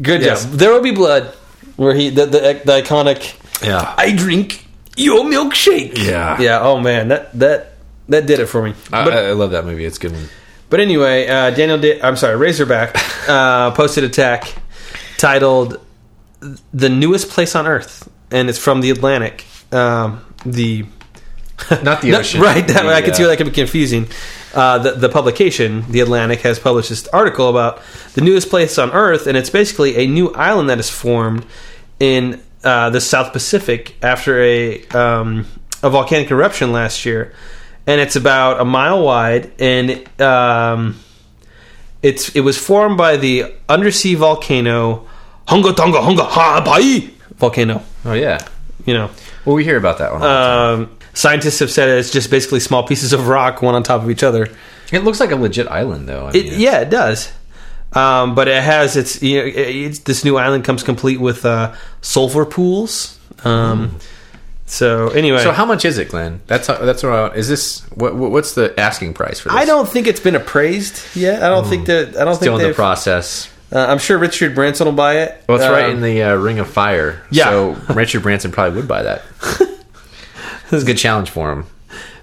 Good
Yes.
job. There will be blood. Where he the the, the iconic.
yeah,
I drink your milkshake.
Yeah. Uh,
yeah. Oh man, that that that did it for me.
I,
but,
I- I love that movie. It's a good one.
but anyway, uh, Daniel, da- I'm sorry, Razorback uh, posted a tack titled "The Newest Place on Earth," and it's from the Atlantic. Um, the
Not the
No,
ocean,
right? That, I can see
uh,
where that can be confusing. Uh, the, the publication, The Atlantic, has published this article about the newest place on Earth, and it's basically a new island that is formed in uh, the South Pacific after a um, a volcanic eruption last year, and it's about a mile wide, and um, it's it was formed by the undersea volcano Hunga Tonga Hunga Hawaii volcano.
Oh yeah.
You know,
Well, we hear about that one.
um, scientists have said it's just basically small pieces of rock, one on top of each other.
it looks like a legit island, though. I
It,
mean,
yeah, it does. Um, but it has its, you know, it- it's, this new island comes complete with uh, sulfur pools. Um, So anyway,
Hmm. So how much is it, Glenn? That's uh, that's what I, is this? What, what- what's the asking price for this?
I don't think it's been appraised yet. I don't think that. I don't
Hmm. still
think
in the
they've.
process.
uh, I'm sure Richard Branson will buy it.
Well, it's right
Um,
in the uh, Ring of Fire.
Yeah.
So Richard Branson probably would buy that. It's a good challenge for him.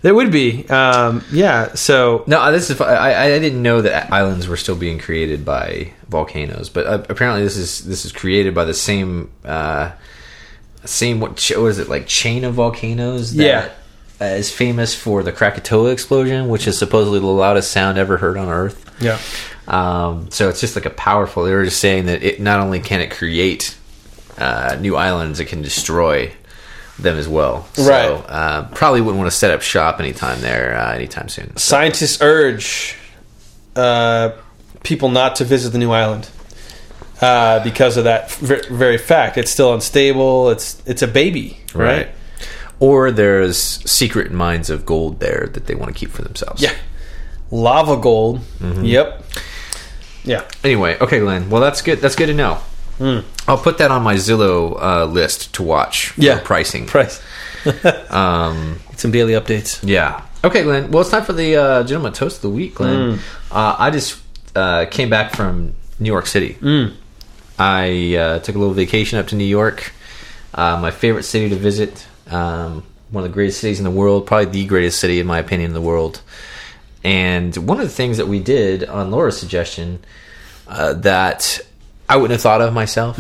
There would be. Um, yeah. So
No, uh, this is. I, I didn't know that islands were still being created by volcanoes, but uh, apparently this is this is created by the same uh, same what ch- what is it like chain of volcanoes? That
Yeah.
uh, is famous for the Krakatoa explosion, which is supposedly the loudest sound ever heard on Earth.
yeah.
Um, so it's just like a powerful. They were just saying that it not only can it create uh, new islands, it can destroy them as well. So,
Right.
Uh, probably wouldn't want to set up shop anytime there, uh, anytime soon.
Scientists urge uh, people not to visit the new island uh, because of that ver- very fact. It's still unstable. It's it's a baby, right?
Or there's secret mines of gold there that they want to keep for themselves.
Yeah, lava gold.
Mm-hmm.
Yep. Yeah.
Anyway, okay, Glenn. Well, that's good. That's good to know.
Hmm.
I'll put that on my Zillow uh, list to watch. for
Yeah.
pricing.
Price. um, some daily updates.
Yeah. Okay, Glenn. Well, it's time for the uh, gentleman toast of the week, Glenn. Uh, I just uh, came back from New York City. I uh, took a little vacation up to New York. Uh, my favorite city to visit. Um, one of the greatest cities in the world. Probably the greatest city, in my opinion, in the world. And one of the things that we did on Laura's suggestion uh, that I wouldn't have thought of myself.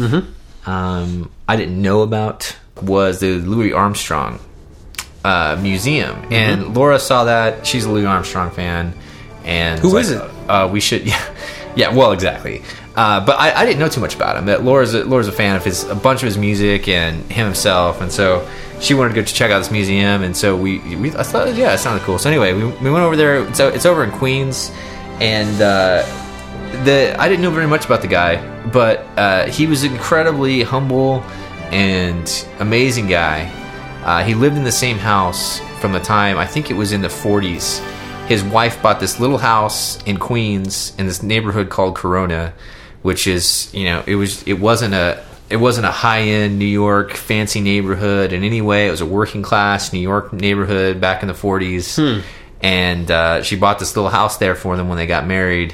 Um, I didn't know about was the Louis Armstrong uh, museum, and Laura saw that. She's a Louis Armstrong fan, and who
is
is
it?
Uh, we should, yeah, yeah. Well, exactly. Uh, but I, I didn't know too much about him. That Laura's a, Laura's a fan of his, a bunch of his music and him himself, and so she wanted to go to check out this museum. And so we, we I thought, yeah, it sounded cool. So anyway, we, we went over there. So it's over in Queens, and uh, the I didn't know very much about the guy, but uh, he was incredibly humble and amazing guy. Uh, he lived in the same house from the time I think it was in the 40s. His wife bought this little house in Queens in this neighborhood called Corona, which is you know it was it wasn't a it wasn't a high end New York fancy neighborhood in any way. It was a working class New York neighborhood back in the 40s. And uh, she bought this little house there for them when they got married.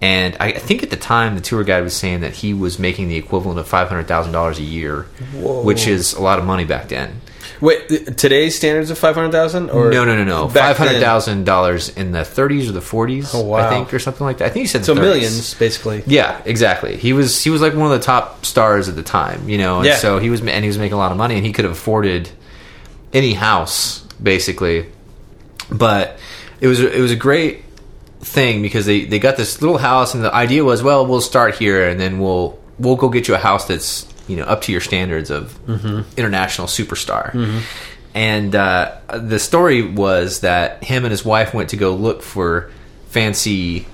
And I I think at the time the tour guide was saying that he was making the equivalent of five hundred thousand dollars a year, which is a lot of money back then.
Wait, th- today's standards of five hundred thousand? Or
No, no, no, no,
back
five
then?
hundred thousand dollars in the thirties or the forties,
Oh, wow.
I think, or something like that. I think he said
So
the 30s.
millions, basically.
Yeah, exactly. He was he was like one of the top stars at the time, you know. And
Yeah.
So he was and he was making a lot of money, and he could have afforded any house basically. But it was it was a great thing because they they got this little house, and the idea was, well, we'll start here, and then we'll we'll go get you a house that's you know up to your standards of international superstar. And uh, the story was that him and his wife went to go look for fancy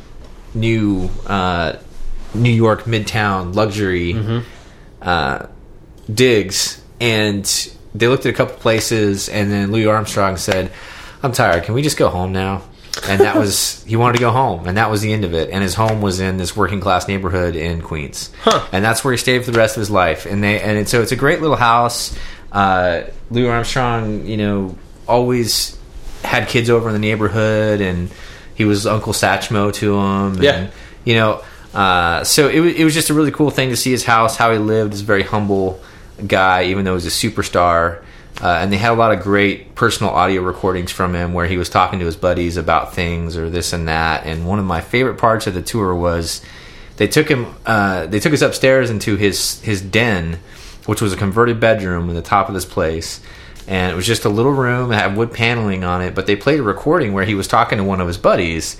new uh, New York midtown luxury uh, digs, and they looked at a couple places, and then Louis Armstrong said, "I'm tired. Can we just go home now?" And that was he wanted to go home, and that was the end of it. And his home was in this working class neighborhood in Queens, and that's where he stayed for the rest of his life. And they and so it's a great little house. Uh, Louis Armstrong, you know, always had kids over in the neighborhood, and he was Uncle Satchmo to him. and,
Yeah.
you know, uh, so it, wa- it was just a really cool thing to see his house, how he lived. He's a very humble guy, even though he's a superstar. Uh, and they had a lot of great personal audio recordings from him where he was talking to his buddies about things or this and that. And one of my favorite parts of the tour was they took him, uh, they took us upstairs into his, his den, which was a converted bedroom in the top of this place and it was just a little room that had wood paneling on it but they played a recording where he was talking to one of his buddies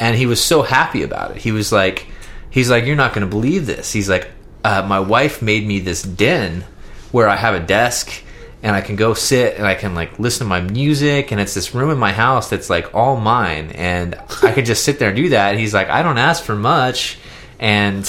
and he was so happy about it he was like he's like you're not going to believe this he's like uh, my wife made me this den where i have a desk and i can go sit and i can like listen to my music and it's this room in my house that's like all mine and i could just sit there and do that and he's like i don't ask for much and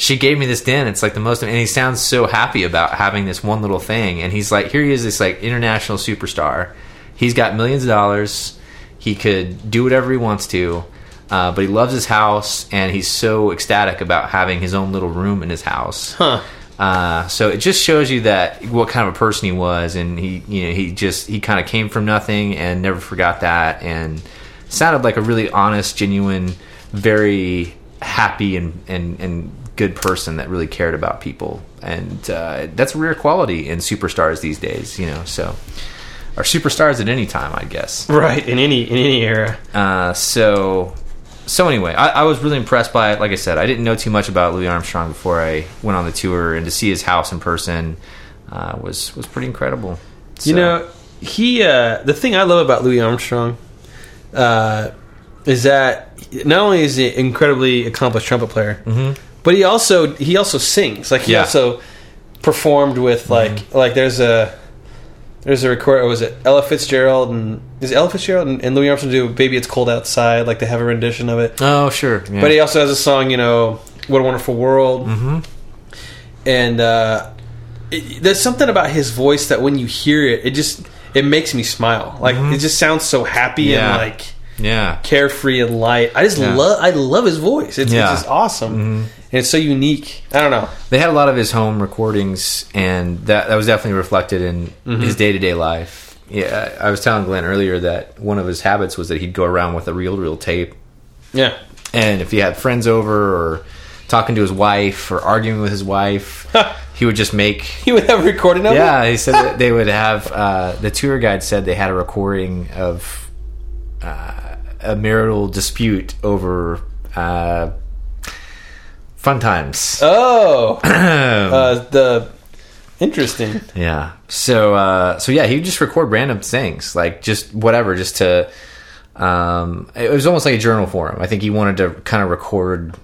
she gave me this den. It's like the most, and he sounds so happy about having this one little thing. And he's like, here he is, this like international superstar. He's got millions of dollars. He could do whatever he wants to, uh, but he loves his house, and he's so ecstatic about having his own little room in his house.
Huh.
Uh, so it just shows you that what kind of a person he was, and he, you know, he just he kind of came from nothing and never forgot that, and sounded like a really honest, genuine, very happy and and and good person that really cared about people, and uh, that's a rare quality in superstars these days, you know. So, or superstars at any time, I guess.
Right, in any in any era.
Uh, so so anyway, I, I was really impressed by it. Like I said, I didn't know too much about Louis Armstrong before I went on the tour, and to see his house in person uh, was was pretty incredible. So-
You know, he uh, the thing I love about Louis Armstrong uh, is that not only is he an incredibly accomplished trumpet player, but he also he also sings. Like
Mm-hmm.
he
Yeah. Mm-hmm.
also performed with like like there's a there's a record. Was it Ella Fitzgerald and is it Ella Fitzgerald and, and Louis Armstrong do "Baby It's Cold Outside"? Like they have a rendition of it.
oh sure, yeah.
But he also has a song, you know, "What a Wonderful World," mm-hmm. and uh, it, there's something about his voice that when you hear it, it just it makes me smile. Like it just sounds so happy
Mm-hmm. Yeah.
and like
yeah,
carefree and light. I just
Yeah.
love I love his voice. It's,
Yeah. Mm-hmm.
it's just awesome. And it's so unique. I don't know.
they had a lot of his home recordings, and that that was definitely reflected in his day to day life. Yeah, I I was telling Glenn earlier that one of his habits was that he'd go around with a reel to reel tape
Yeah.
And if he had friends over or talking to his wife or arguing with his wife, he would just make.
He would have a recording of it.
Yeah, he said that they would have. Uh, the tour guide said they had a recording of uh, a marital dispute over uh, fun times.
Oh, uh, the Interesting.
Yeah. So uh, so yeah, he would just record random things, like just whatever, just to. Um, it was almost like a journal for him. I think he wanted to kind of record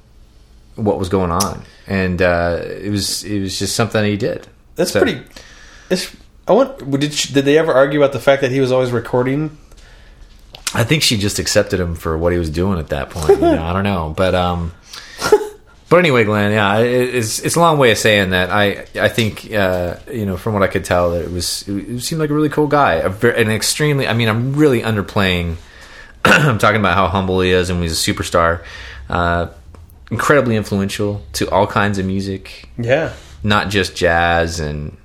what was going on, and uh, it was it was just something he did.
That's
So-
pretty. It's. I want. Did she, did they ever argue about the fact that he was always recording?
I think she just accepted him for what he was doing at that point. you know, I don't know, but um, but anyway, Glenn, yeah, it, it's it's a long way of saying that. I I think uh, you know from what I could tell that it was it seemed like a really cool guy, a ver- an extremely. I mean, I'm really underplaying. I'm talking about how humble he is, and he's a superstar. Uh, incredibly influential to all kinds of music
Yeah.
not just jazz and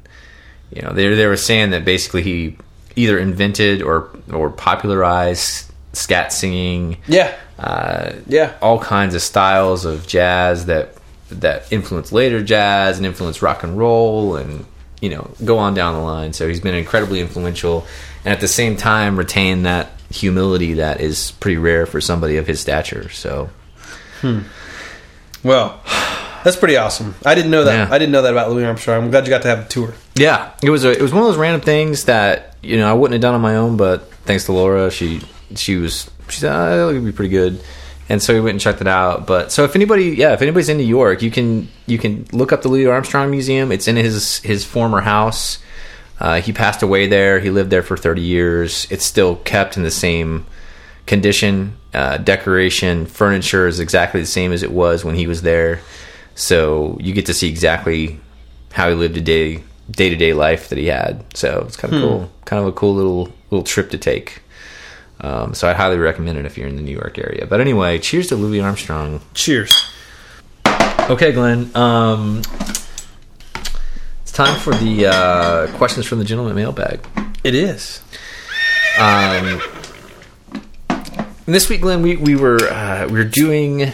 you know they they were saying that basically he either invented or or popularized scat singing
Yeah.
uh,
Yeah.
all kinds of styles of jazz that that influenced later jazz and influenced rock and roll and you know go on down the line so he's been incredibly influential and at the same time retain that humility that is pretty rare for somebody of his stature so
Well, that's pretty awesome. I didn't know that.
Yeah.
I didn't know that about Louis Armstrong. I'm glad you got to have a tour.
Yeah, it was a, it was one of those random things that you know I wouldn't have done on my own, but thanks to Laura, she she was she said oh, it'll be pretty good, and so we went and checked it out. But so if anybody, yeah, if anybody's in New York, you can you can look up the Louis Armstrong Museum. It's in his his former house. Uh, he passed away there. He lived there for thirty years. It's still kept in the same condition, uh, decoration, furniture is exactly the same as it was when he was there. So you get to see exactly how he lived a day day to day life that he had. So it's kind of cool, kind of a cool little little trip to take. Um, so I highly recommend it if you're in the New York area. But anyway, cheers to Louis Armstrong.
Cheers.
Okay, Glenn. Um, it's time for the uh, questions from the gentleman mailbag.
It is.
And this week, Glenn, we, we were uh, we were doing.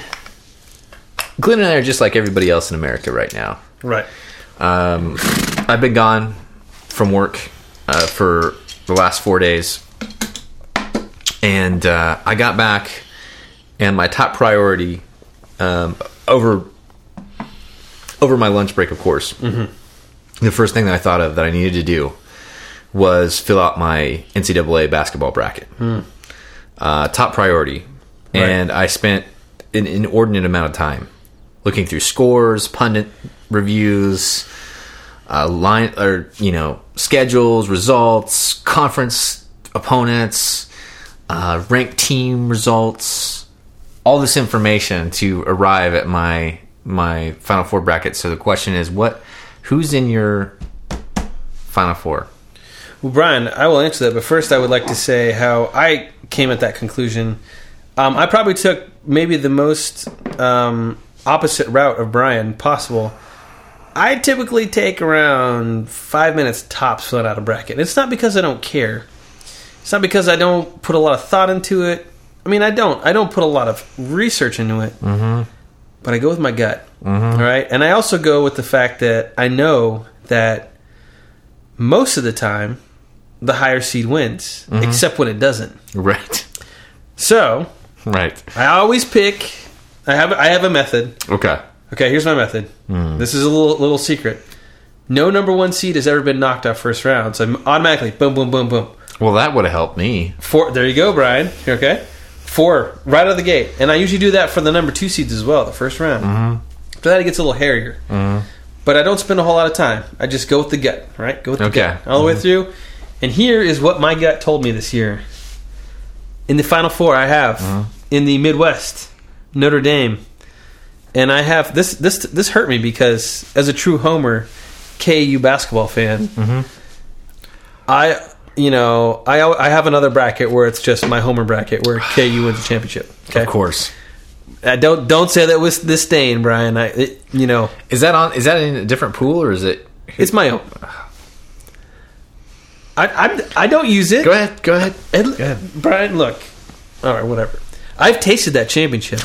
Glenn and I are just like everybody else in America right now.
Right.
Um, I've been gone from work uh, for the last four days, and uh, I got back, and my top priority um, over over my lunch break, of course. The first thing that I thought of that I needed to do was fill out my NCAA basketball bracket. Uh, top priority, and I spent an inordinate amount of time looking through scores, pundit reviews, uh, line or you know schedules, results, conference opponents, uh, ranked team results, all this information to arrive at my my final four bracket. So the question is, what who's in your final four?
Well, Brian, I will answer that, but first I would like to say how I came at that conclusion. Um, I probably took maybe the most um, opposite route of Brian possible. I typically take around five minutes tops filling out a bracket. It's not because I don't care. It's not because I don't put a lot of thought into it. I mean, I don't. I don't put a lot of research into it. Mm-hmm. But I go with my gut. Mm-hmm. right, and I also go with the fact that I know that most of the time the higher seed wins, except when it doesn't.
Right,
So
right,
I always pick. I have I have a method.
okay,
Okay, here's my method. This is a little little secret. No number one seed has ever been knocked out first round, so I'm automatically boom, boom, boom, boom.
well that would have helped me.
Four. There you go, Brian. You okay? Four right out of the gate, and I usually do that for the number two seeds as well, the first round. Mm-hmm. After that, it gets a little hairier. But I don't spend a whole lot of time. I just go with the gut, right? Go with the
Okay.
gut all the way through. And here is what my gut told me this year. In the final four, I have in the Midwest Notre Dame, and I have this. This this hurt me because as a true Homer, KU basketball fan,
Mm-hmm.
I you know I al- I have another bracket where it's just my Homer bracket where KU wins the championship. Okay,
Of course,
I don't don't say that with disdain, Brian. I it, you know
is that on? Is that in a different pool or is it?
it's my own. I I'm, I don't use it.
Go ahead, go ahead.
Ed-
Go ahead.
Brian, look. All right, whatever. I've tasted that championship.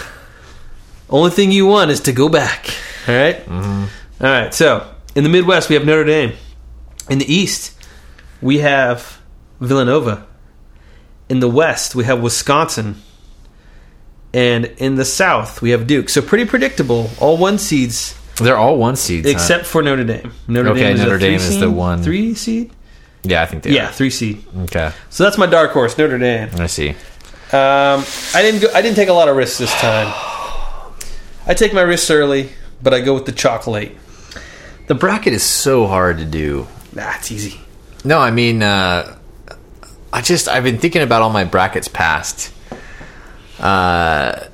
Only thing you want is to go back. All right?
Mm-hmm.
All right. So in the Midwest, we have Notre Dame. In the East, we have Villanova. In the West, we have Wisconsin. And in the South, we have Duke. So pretty predictable. All one seeds.
They're all one seeds. huh?
except for Notre Dame. Notre
Okay,
Dame is,
Notre
a three
Dame is
seed?
the one.
three seed.
yeah, I think they.
Yeah, three seed.
Are. Okay,
So that's my dark horse, Notre Dame.
I see.
Um, I didn't go, I didn't take a lot of risks this time. I take my risks early, but I go with the chocolate.
The bracket is so hard to do.
Nah, it's easy.
No, I mean, uh, I just I've been thinking about all my brackets past, uh,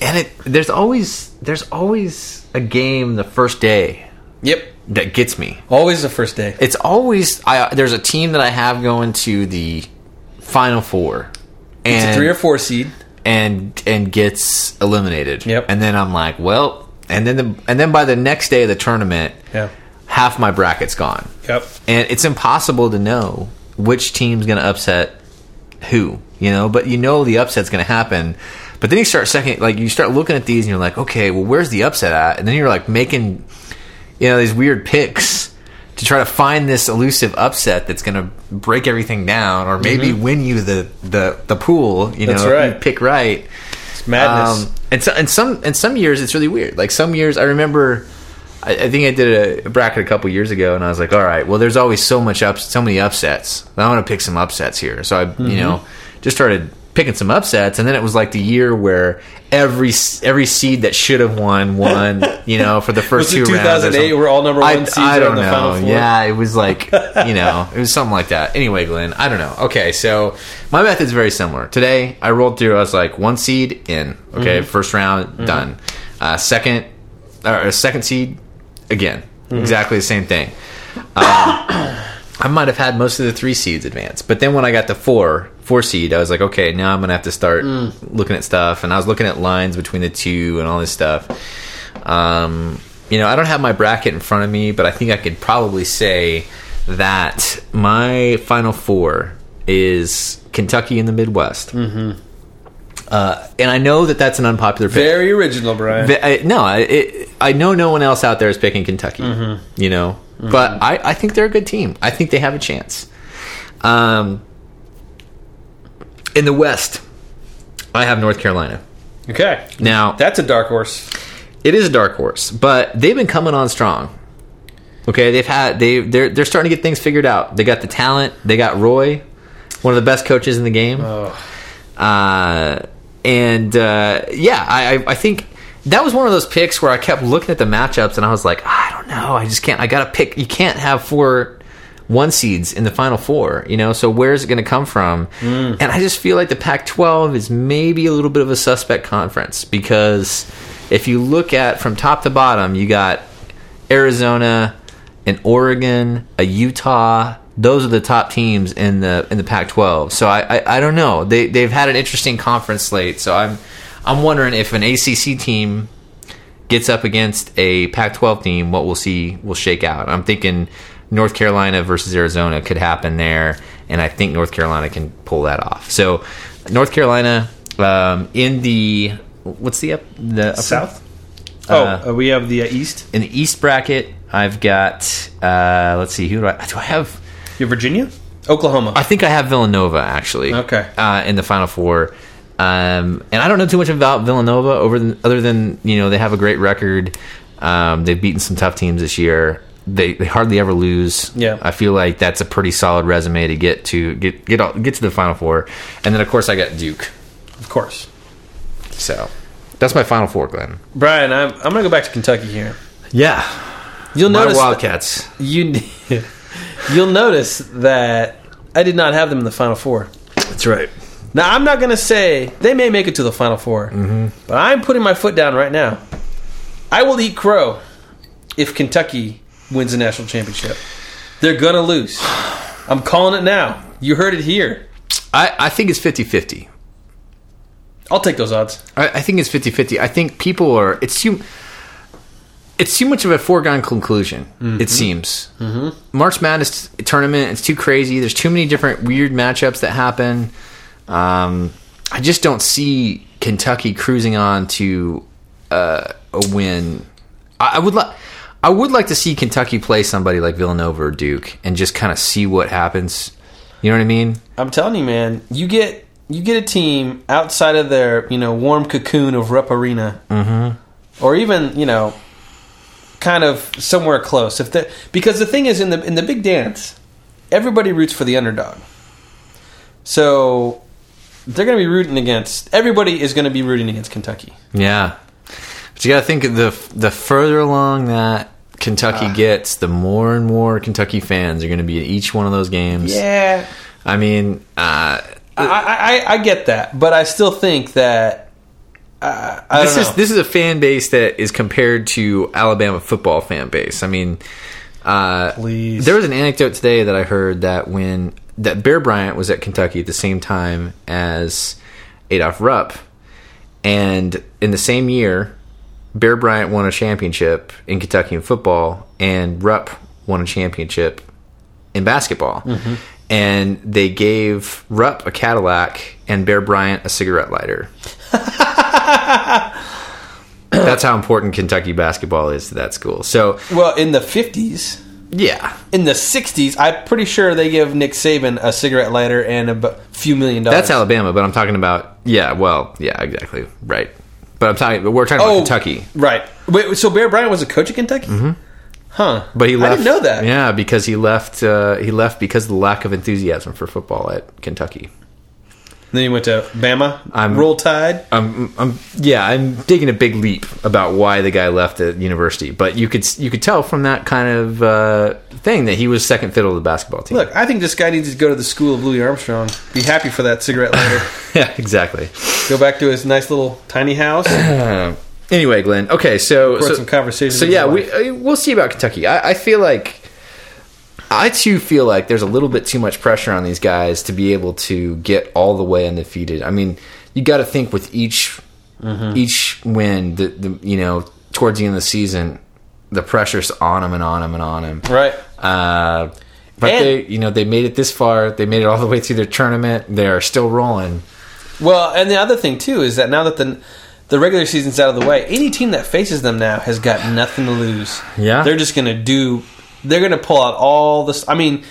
and it there's always there's always a game the first day
Yep.
that gets me.
Always the first day.
It's always I there's a team that I have going to the final four, and
It's a three or four seed.
and and gets eliminated.
Yep.
And then I'm like, well, and then the and then by the next day of the tournament,
Yeah.
half my bracket's gone.
Yep.
And it's impossible to know which team's going to upset who, you know, but you know the upset's going to happen. But then you start second, like you start looking at these and you're like, okay, well, where's the upset at? And then you're like making, you know, these weird picks to try to find this elusive upset that's going to break everything down or maybe win you the, the, the pool, you
Mm-hmm. That's
know, if you
right.
pick right.
It's madness.
Um, and so, and some and some years it's really weird. Like some years, I remember, I, I think I did a, a bracket a couple years ago, and I was like, all right, well, there's always so much up, so many upsets. I want to pick some upsets here. So I, you know, just started picking some upsets, and then it was like the year where every s- every seed that should have won won. You know, for the first
Was it
two rounds. or
2008
something.
where all number
I-
one seeds
I
are
don't
in the
know.
Final Four?
Yeah, it was like you know, it was something like that. Anyway, Glenn, I don't know. Okay, so my method's very similar. Today, I rolled through. I was like one seed in. Okay,
Mm-hmm.
first round done. Uh, second or second seed again.
Mm-hmm.
Exactly the same thing. I might have had most of the three seeds advance, but then when I got the four four seed, I was like, okay, now I'm gonna have to start looking at stuff, and I was looking at lines between the two and all this stuff. Um, you know, I don't have my bracket in front of me, but I think I could probably say that my final four is Kentucky in the Midwest, mm-hmm. uh, and I know that that's an unpopular pick.
Very original, Brian.
The- I, no, I- it, I know no one else out there is picking Kentucky. You know, but I, I think they're a good team. I think they have a chance. Um, in the West, I have North Carolina.
okay.
Now
That's a dark horse.
it is a dark horse, but they've been coming on strong. Okay, they've had they they're they're starting to get things figured out. They got the talent. They got Roy, one of the best coaches in the game. Uh, and uh, yeah, I, I I think that was one of those picks where I kept looking at the matchups and I was like, I don't know, I just can't. I got to pick. You can't have four one seeds in the final four, you know. So where's it going to come from? And I just feel like the Pac-12 is maybe a little bit of a suspect conference because if you look at from top to bottom, you got Arizona, an Oregon, a Utah. Those are the top teams in the in the Pac-12. So I I, I don't know. They they've had an interesting conference slate. So I'm I'm wondering if an ACC team gets up against a Pac-12 team, what we'll see will shake out. I'm thinking North Carolina versus Arizona could happen there, and I think North Carolina can pull that off. So North Carolina um, in the what's the up the upper-
South.
Uh,
oh, uh, we have the uh, East.
in the East bracket, I've got. Uh, let's see, who do I do? I have.
You have Virginia, Oklahoma.
I think I have Villanova actually.
Okay.
Uh, in the Final Four, um, and I don't know too much about Villanova over than, other than you know they have a great record. Um, they've beaten some tough teams this year. They, they hardly ever lose.
Yeah.
I feel like that's a pretty solid resume to get to get get all, get to the Final Four, and then of course I got Duke.
of course.
So that's my Final Four, Glenn.
Brian, I'm, I'm gonna go back to Kentucky here.
Yeah,
You'll
my
notice
Wildcats.
you you'll notice that I did not have them in the Final Four.
That's right.
Now I'm not gonna say they may make it to the Final 4 but I'm putting my foot down right now. I will eat crow if Kentucky wins the national championship. They're gonna lose. I'm calling it now. You heard it here.
I, I think it's 50-50.
I'll take those odds.
I, I think it's 50 50. I think people are. It's too. It's too much of a foregone conclusion. It seems mm-hmm. March Madness tournament. It's too crazy. There's too many different weird matchups that happen. Um, I just don't see Kentucky cruising on to uh, a win. I, I would like. I would like to see Kentucky play somebody like Villanova or Duke and just kind of see what happens. You know what I mean?
I'm telling you, man. You get you get a team outside of their you know warm cocoon of Rep Arena, mm-hmm. or even you know kind of somewhere close. If the because the thing is in the in the big dance, everybody roots for the underdog. So they're going to be rooting against everybody is going to be rooting against Kentucky.
Yeah, but you got to think of the the further along that Kentucky
Ah.
gets, the more and more Kentucky fans are going to be at each one of those games.
Yeah,
I mean, uh,
I, I, I- I get that, but I still think that uh, I
this
don't
is
know.
this is a fan base that is compared to Alabama football fan base. I mean, uh,
Please.
there was an anecdote today that I heard that when that Bear Bryant was at Kentucky at the same time as Adolph Rupp, and in the same year, Bear Bryant won a championship in Kentucky in football, and Rupp won a championship in basketball. And they gave Rupp a Cadillac and Bear Bryant a cigarette lighter. That's how important Kentucky basketball is to that school. So,
well in the fifties.
yeah,
In the '60s, I'm pretty sure they give Nick Saban a cigarette lighter and a bu- few million dollars.
that's Alabama, but I'm talking about yeah, well, yeah, exactly, right. But I'm talking, but we're talking about Kentucky.
Oh,
Mm-hmm.
right? Wait, so Bear Bryant was a coach at Kentucky, huh?
But he left.
I didn't know that.
Yeah, because he left. Uh, he left because of the lack of enthusiasm for football at Kentucky.
Then he went to Bama.
I'm-
Roll Tide.
I'm, I'm, yeah, I'm taking a big leap about why the guy left at university, but you could you could tell from that kind of uh, thing that he was second fiddle to the basketball team.
Look, I think this guy needs to go to the school of Louis Armstrong. Be happy for that cigarette lighter.
yeah, exactly.
go back to his nice little tiny house.
Anyway, Glenn. Okay, so
Brought
so,
some conversation
So
into
yeah,
my
we uh, we'll see about Kentucky. I, I feel like I too feel like there's a little bit too much pressure on these guys to be able to get all the way undefeated. I mean, you got to think with each
Mm-hmm.
each win, the, the you know towards the end of the season, the pressure's on them and on them and on them.
Right.
Uh, but
And-
they, you know, they made it this far. They made it all the way through their tournament. They're still rolling.
Well, and the other thing too is that now that the the regular season's out of the way, any team that faces them now has got nothing to lose.
Yeah.
they're just gonna do. They're gonna pull out all this. I mean,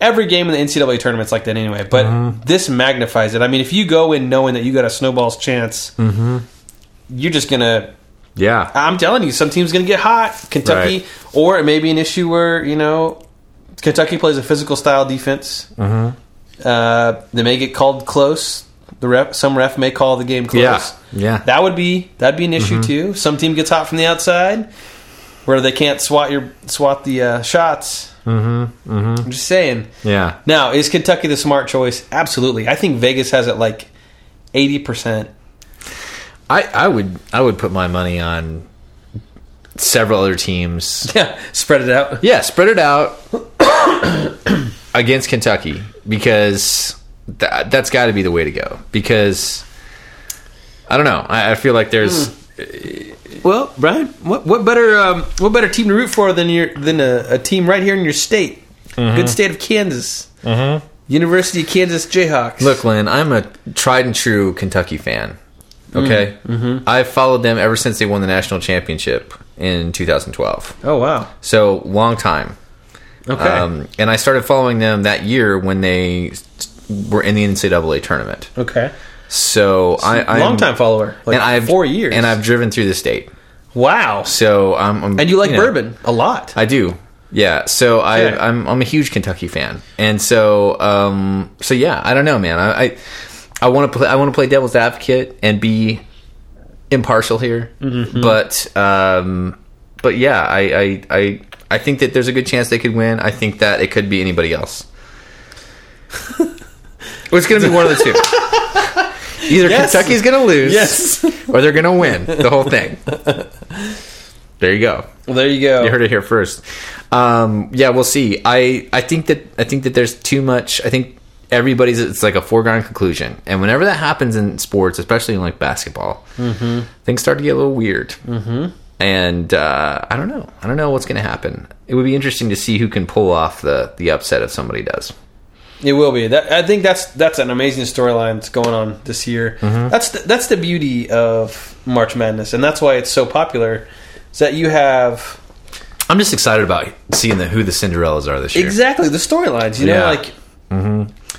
every game in the NCAA tournament's like that anyway. But this magnifies it. I mean, if you go in knowing that you got a snowball's chance, you're just gonna.
Yeah,
I'm telling you, some team's gonna get hot. Kentucky,
Right.
or it may be an issue where you know Kentucky plays a physical style defense.
Mm-hmm.
Uh, they may get called close. The ref, some ref may call the game close.
Yeah, yeah. Mm-hmm.
That would be that'd be an issue too. Some team gets hot from the outside, where they can't swat your swat the uh, shots. Mm-hmm. Mm-hmm. I'm just saying.
yeah.
Now is Kentucky the smart choice? Absolutely. I think Vegas has it like eighty percent.
I, I would I would put my money on several other teams.
Yeah, spread it out.
Yeah, spread it out against Kentucky because tha that's got to be the way to go. Because I don't know, I, I feel like there's
Well, Brian, what what better um, what better team to root for than your than a, a team right here in your state,
Mm-hmm.
good state of Kansas, mm-hmm. University of Kansas Jayhawks.
look, Lynn, I'm a tried and true Kentucky fan. Okay, I've followed them ever since they won the national championship in 2012.
oh wow,
So long time.
okay,
Um, and I started following them that year when they s- were in the NCAA tournament.
okay,
So I, I'm
long time follower, like
and I've
four years,
and I've driven through the state.
wow,
So I'm, I'm
and you like
know,
bourbon a lot.
I do. Yeah. So I,
Okay.
I'm I'm a huge Kentucky fan, and so um so yeah, I don't know, man. I I, I want to play I want to play devil's advocate and be impartial here,
Mm-hmm.
but um but yeah, I, I I I think that there's a good chance they could win. I think that it could be anybody else. it's going to be one of the two. Either
Yes.
Kentucky's going to lose,
Yes.
or they're going to win the whole thing. There you go.
well, there you go.
You heard it here first. Um, yeah, we'll see. I, I think that I think that there's too much. I think everybody's it's like a foregone conclusion, and whenever that happens in sports, especially in like basketball,
Mm-hmm.
things start to get a little weird. Mm-hmm. And uh, I don't know. I don't know what's going to happen. It would be interesting to see who can pull off the the upset if somebody does.
It will be. That, I think that's that's an amazing storyline that's going on this year.
Mm-hmm.
That's the, that's the beauty of March Madness, and that's why it's so popular. Is that you have
I'm just excited about seeing the, who the Cinderellas are this year.
exactly the storylines. You
Yeah.
know, like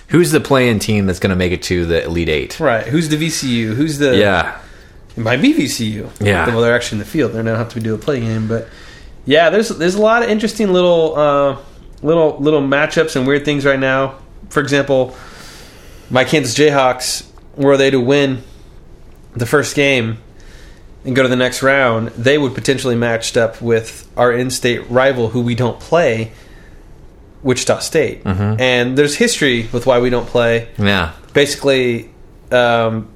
Who's the playing team that's going to make it to the Elite Eight?
Right. Who's the VCU? Who's the
Yeah.
It might be VCU.
Yeah.
Well, they're actually in the field. They don't have to do a play game, but yeah, there's there's a lot of interesting little uh, little little matchups and weird things right now. For example, my Kansas Jayhawks were they to win the first game and go to the next round, they would potentially matched up with our in-state rival who we don't play, Wichita State.
Mm-hmm.
And there's history with why we don't play
Yeah.
basically, um,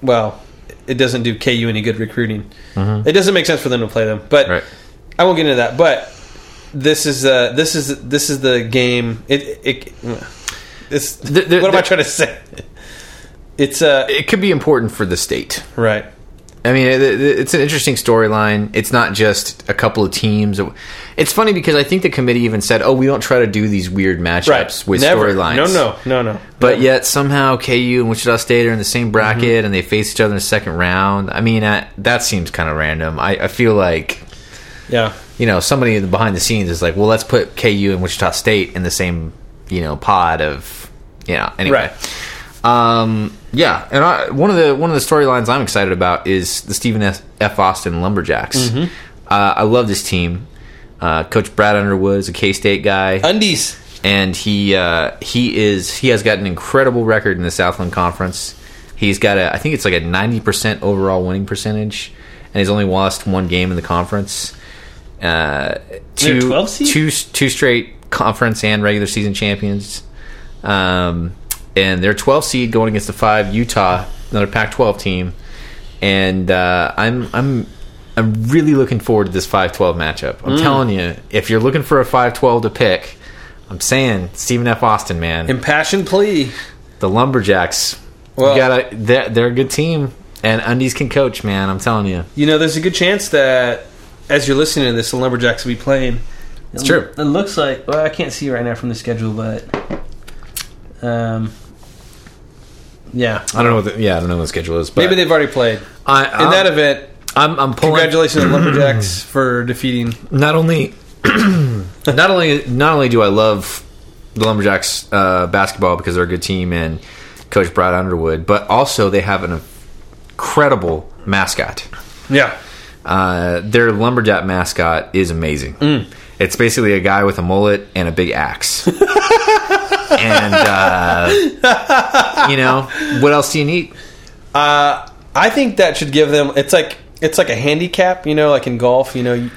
well, it doesn't do KU any good recruiting. It doesn't make sense for them to play them. But
Mm-hmm. Right.
I won't get into that. But this is uh, this is this is the game. It it. It's,
The- the-
what am I
the-
trying to say? It's uh
It could be important for the state.
right.
I mean, it, it- it's an interesting storyline. It's not just a couple of teams. It's funny because I think the committee even said, "Oh, we don't try to do these weird matchups
Right.
with
Never.
storylines."
No, no, no, no.
But
Never.
yet somehow KU and Wichita State are in the same bracket
Mm-hmm.
and they face each other in the second round. I mean, I, that seems kind of random. I, I feel like
yeah.
you know somebody in the behind the scenes is like, well, let's put KU and Wichita State in the same you know pod of you know anyway. Um, yeah, and I, one of the one of the storylines I'm excited about is the Stephen S- F. Austin Lumberjacks. Uh, I love this team. Uh, Coach Brad Underwood is a K State
Oh,
guy
Undies.
and he uh, he is he has got an incredible record in the Southland Conference. He's got a I think it's like a ninety percent overall winning percentage, and he's only lost one game in the conference. Uh,
They're a
two
12 seed?
two two straight conference and regular season champions, um, and they're twelve seed going against the five Utah, another Pac twelve team, and uh, I'm I'm. I'm really looking forward to this 5-12 matchup. I'm
Mm.
telling you, if you're looking for a 5-12 to pick, I'm saying Stephen F. Austin, man.
Impassioned plea.
the Lumberjacks.
Well-
you gotta, they're, they're a good team, and Undies can coach, man. I'm telling you.
You know, there's a good chance that as you're listening to this, the Lumberjacks will be playing. It's
true.
Um, It looks like. Well, I can't see right now from the schedule, but. Um, yeah.
I don't know. What the, yeah, I don't know what the schedule is, but
Maybe they've already played. In
I, I,
that event,
I'm, I'm pulling.
congratulations to the Lumberjacks for defeating.
Not only, not only, not only do I love the Lumberjacks uh, basketball because they're a good team and Coach Brad Underwood, but also they have an incredible mascot.
Yeah.
Uh, their lumberjack mascot is amazing. It's basically a guy with a mullet and a big axe. and uh, you know what else do you need?
Uh, I think that should give them. It's like it's like a handicap, you know, like in golf. You know, you-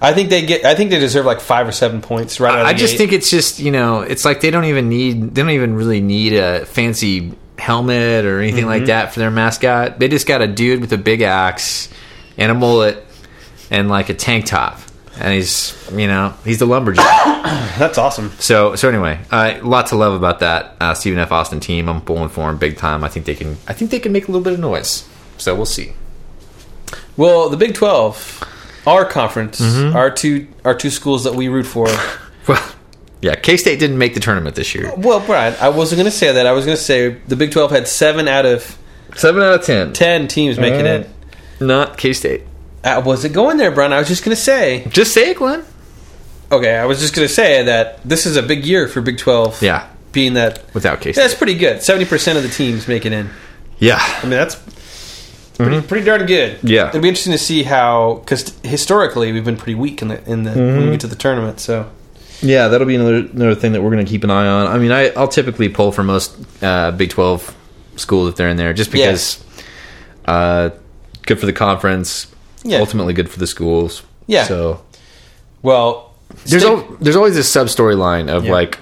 I think they get. I think they deserve like five or seven points right. out of
I
the
just
gate.
think it's just you know it's like they don't even need they don't even really need a fancy helmet or anything like that for their mascot. They just got a dude with a big axe and a mullet and like a tank top, and he's you know he's the lumberjack.
that's awesome.
So so anyway, uh, lot to love about that uh, Stephen F. Austin team. I'm pulling for them big time. I think they can. I think they can make a little bit of noise. So we'll see.
Well, the Big Twelve, our conference,
Mm-hmm.
our two our two schools that we root for.
Well, yeah, K State didn't make the tournament this year.
well, Brian, I wasn't going to say that. I was going to say the Big Twelve had seven out of
Seven out of ten.
ten teams making it.
Not K State.
I wasn't going there, Brian. I was just going to say.
Just say it, Glenn.
Okay, I was just going to say that this is a big year for Big Twelve.
Yeah,
being that
without K
that's
State.
pretty good. Seventy percent of the teams make it in. I
Yeah,
mean, that's pretty, pretty darn good.
Mm-hmm. Yeah.
it'd be interesting to see how because historically we've been pretty weak in the in the
Mm-hmm.
when we get to the tournament. So
yeah, that'll be another another thing that we're going to keep an eye on. I mean, I I'll typically pull for most uh, Big Twelve schools if they're in there, just because. Uh, good for the conference.
Yeah.
Ultimately, good for the schools.
Yeah.
So
well,
there's
stay-
al- there's always this sub storyline of
Yeah.
like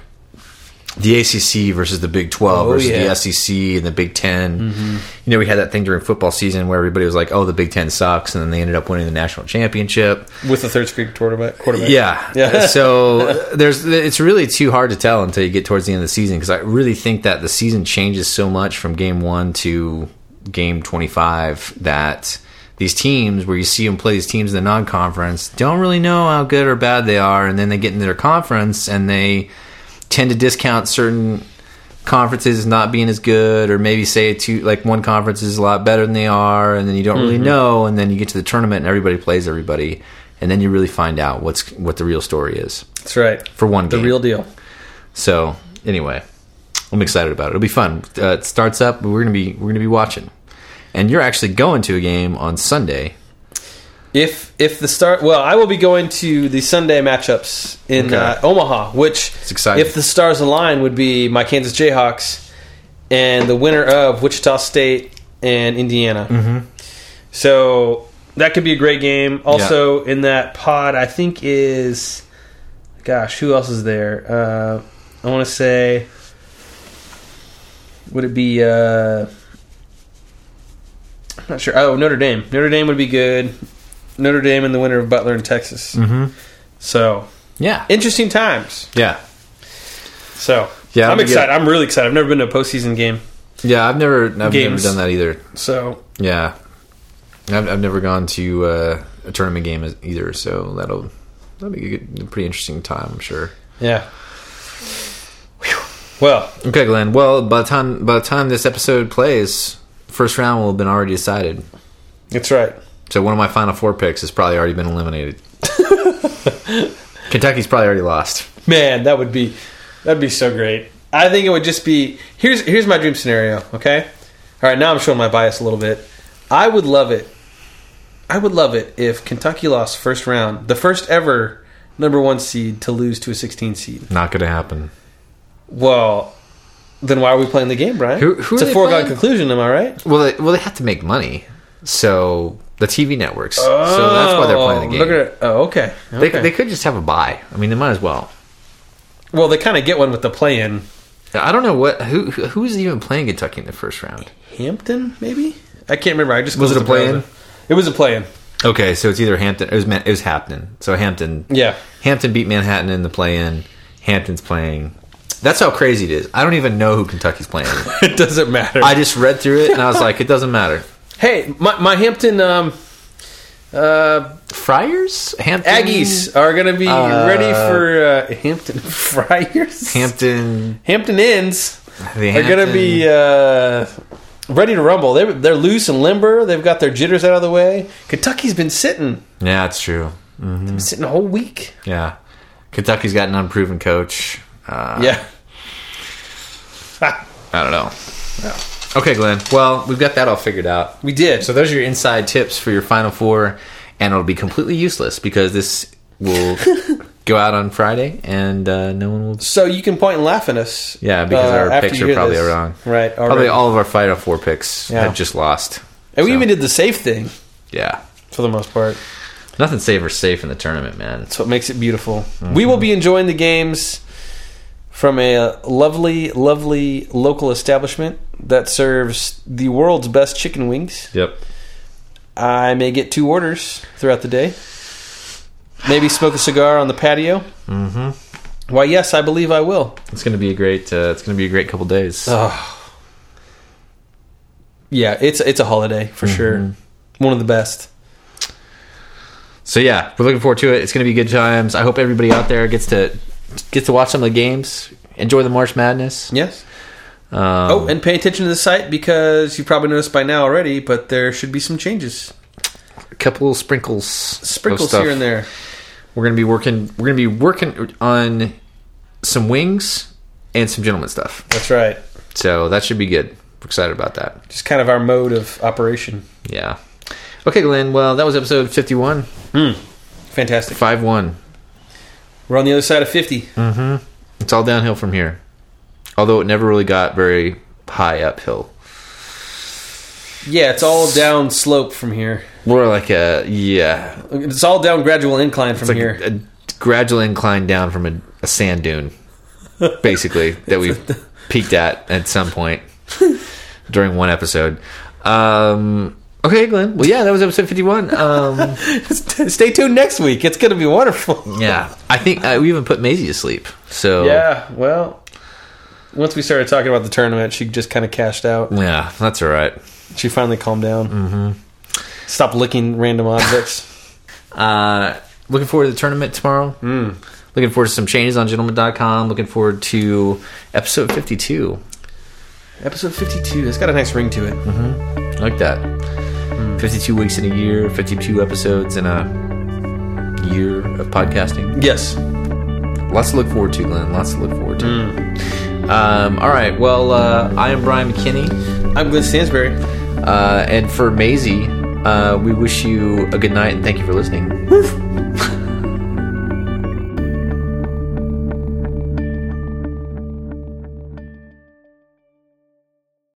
the ACC versus the Big 12
Oh,
versus
yeah.
the SEC and the Big 10. You know, we had that thing during football season where everybody was like, "Oh, the Big 10 sucks," and then they ended up winning the national championship.
with the third string quarterback. quarterback.
Yeah. Uh,
Yeah.
so there's it's really too hard to tell until you get towards the end of the season because I really think that the season changes so much from game 1 to game 25 that these teams where you see them play these teams in the non-conference don't really know how good or bad they are and then they get into their conference and they tend to discount certain conferences as not being as good or maybe say two like one conference is a lot better than they are and then you don't really
Mm-hmm.
know and then you get to the tournament and everybody plays everybody and then you really find out what's what the real story is
that's right.
for one
the
game.
real deal.
so anyway i'm excited about it it'll be fun uh, it starts up but we're gonna be we're gonna be watching and you're actually going to a game on sunday
If if the star well, I will be going to the Sunday matchups in
Okay.
uh, Omaha, which
It's exciting.
if the stars align would be my Kansas Jayhawks and the winner of Wichita State and Indiana. Mm-hmm. So that could be a great game. Also in that pod, I think is gosh, who else is there? Uh, I want to say would it be? Uh, I'm not sure. Oh, Notre Dame. Notre Dame would be good. Notre Dame and the winner of Butler in Texas.
Mm-hmm.
So
Yeah.
interesting times.
yeah.
So
Yeah,
I'm
I'm gonna
excited.
get-
I'm really excited. I've never been to a postseason game.
Yeah. I've never. I've
Games.
never done that either.
So
Yeah. I've, I've never gone to uh, a tournament game as- either, so that'll that'll be a, good, a pretty interesting time, I'm sure.
yeah. Well,
Okay, Glenn. Well, by the time by the time this episode plays, first round will have been already decided.
that's right.
So one of my final four picks has probably already been eliminated. Kentucky's probably already lost.
Man, that would be that'd be so great. I think it would just be here's here's my dream scenario, okay? All right, now I'm showing my bias a little bit. I would love it. I would love it if Kentucky lost first round, the first ever number 1 seed to lose to a 16 seed.
Not going to happen.
Well, then why are we playing the game, Brian?
Who- who
it's
are
a
they
foregone
playing?
conclusion, am I right?
Well, they, well, they have to make money, so the TV networks. so that's why they're playing the
Look
game.
at it. Oh, okay.
They,
Okay.
they could just have a buy. I mean, they might as well.
well, they kind of get one with the play-in.
I don't know what who who- who's even playing Kentucky in the first round.
Hampton, maybe? I can't remember. I just
Was it
closed
a
the browser.
play-in?
It was a play-in.
Okay, so it's either Hampton. It was Man- it was Hampton. So Hampton.
Yeah.
Hampton beat Manhattan in the play-in. Hampton's playing. That's how crazy it is. I don't even know who Kentucky's playing.
it doesn't matter.
I just read through it and I was like, it doesn't matter.
hey, my, my Hampton um, uh,
Friars, Hampton,
Aggies are going to be
Uh,
ready for uh, Hampton Friars.
Hampton.
Hampton Inns
The
are going to be uh, ready to rumble. They're, they're loose and limber. They've got their jitters out of the way. Kentucky's been sitting,
yeah, it's true. Hmm.
been sitting a whole week.
Yeah, Kentucky's got an unproven coach. Uh,
yeah.
I don't know. Okay, Glenn. Well, we've got that all figured out.
We did.
So those are your inside tips for your final four, and it'll be completely useless because this will go out on Friday, and uh, no one will.
So you can point and laugh at us.
Yeah, because
uh,
our
after
picks
you
are
hear
probably
this.
wrong.
Right. already.
Probably all of our final four picks
Yeah.
have just lost.
And we
so,
even did the safe thing
Yeah,
for the most part.
nothing safe or safe in the tournament, man.
That's what makes it beautiful. We will be enjoying the games from a lovely, lovely local establishment that serves the world's best chicken wings.
Yep.
I may get two orders throughout the day. Maybe smoke a cigar on the patio. Mm-hmm. Why, yes, I believe I will.
It's gonna be a great. Uh, it's gonna be a great couple days.
Oh. Yeah, it's it's a holiday for sure. One of the best.
So yeah, we're looking forward to it. It's going to be good times. I hope everybody out there gets to gets to watch some of the games, enjoy the March Madness.
Yes.
Um,
Oh, and pay attention to the site because you probably noticed by now already, but there should be some changes.
a couple little sprinkles, of
Sprinkles
stuff.
here and there.
We're going to be working. We're going to be working on some wings and some gentleman stuff.
That's right.
So that should be good. We're excited about that.
Just kind of our mode of operation.
Yeah. Okay, Glenn. Well, that was episode 51.
Fantastic.
5 1.
We're on the other side of 50.
It's all downhill from here. Although it never really got very high uphill.
Yeah, it's all down slope from here.
More like a, yeah,
It's all down gradual incline from
It's like
here.
a gradual incline down from a, a sand dune, basically, that we've peaked at at some point during one episode. Um, okay, Glenn. Well, yeah, that was episode 51. Um,
Stay tuned next week. It's going to be wonderful.
yeah, I think uh, we even put Maisie to sleep. So,
Yeah, well, once we started talking about the tournament, she just kind of cashed out.
yeah, that's all right.
She finally calmed down. Mm-hmm. Stop licking random objects.
Uh, looking forward to the tournament tomorrow.
Hmm.
Looking forward to some changes on gentleman.com. Looking forward to episode 52.
Episode 52. It's got a nice ring to it.
I like that. 52 weeks in a year, 52 episodes in a year of podcasting.
Yes.
Lots to look forward to, Glenn. Lots to look forward to. Um, all right. Well, uh, I am Brian McKinney.
I'm Glenn Stansbury.
Uh, and for Maisie, Uh, we wish you a good night and thank you for listening.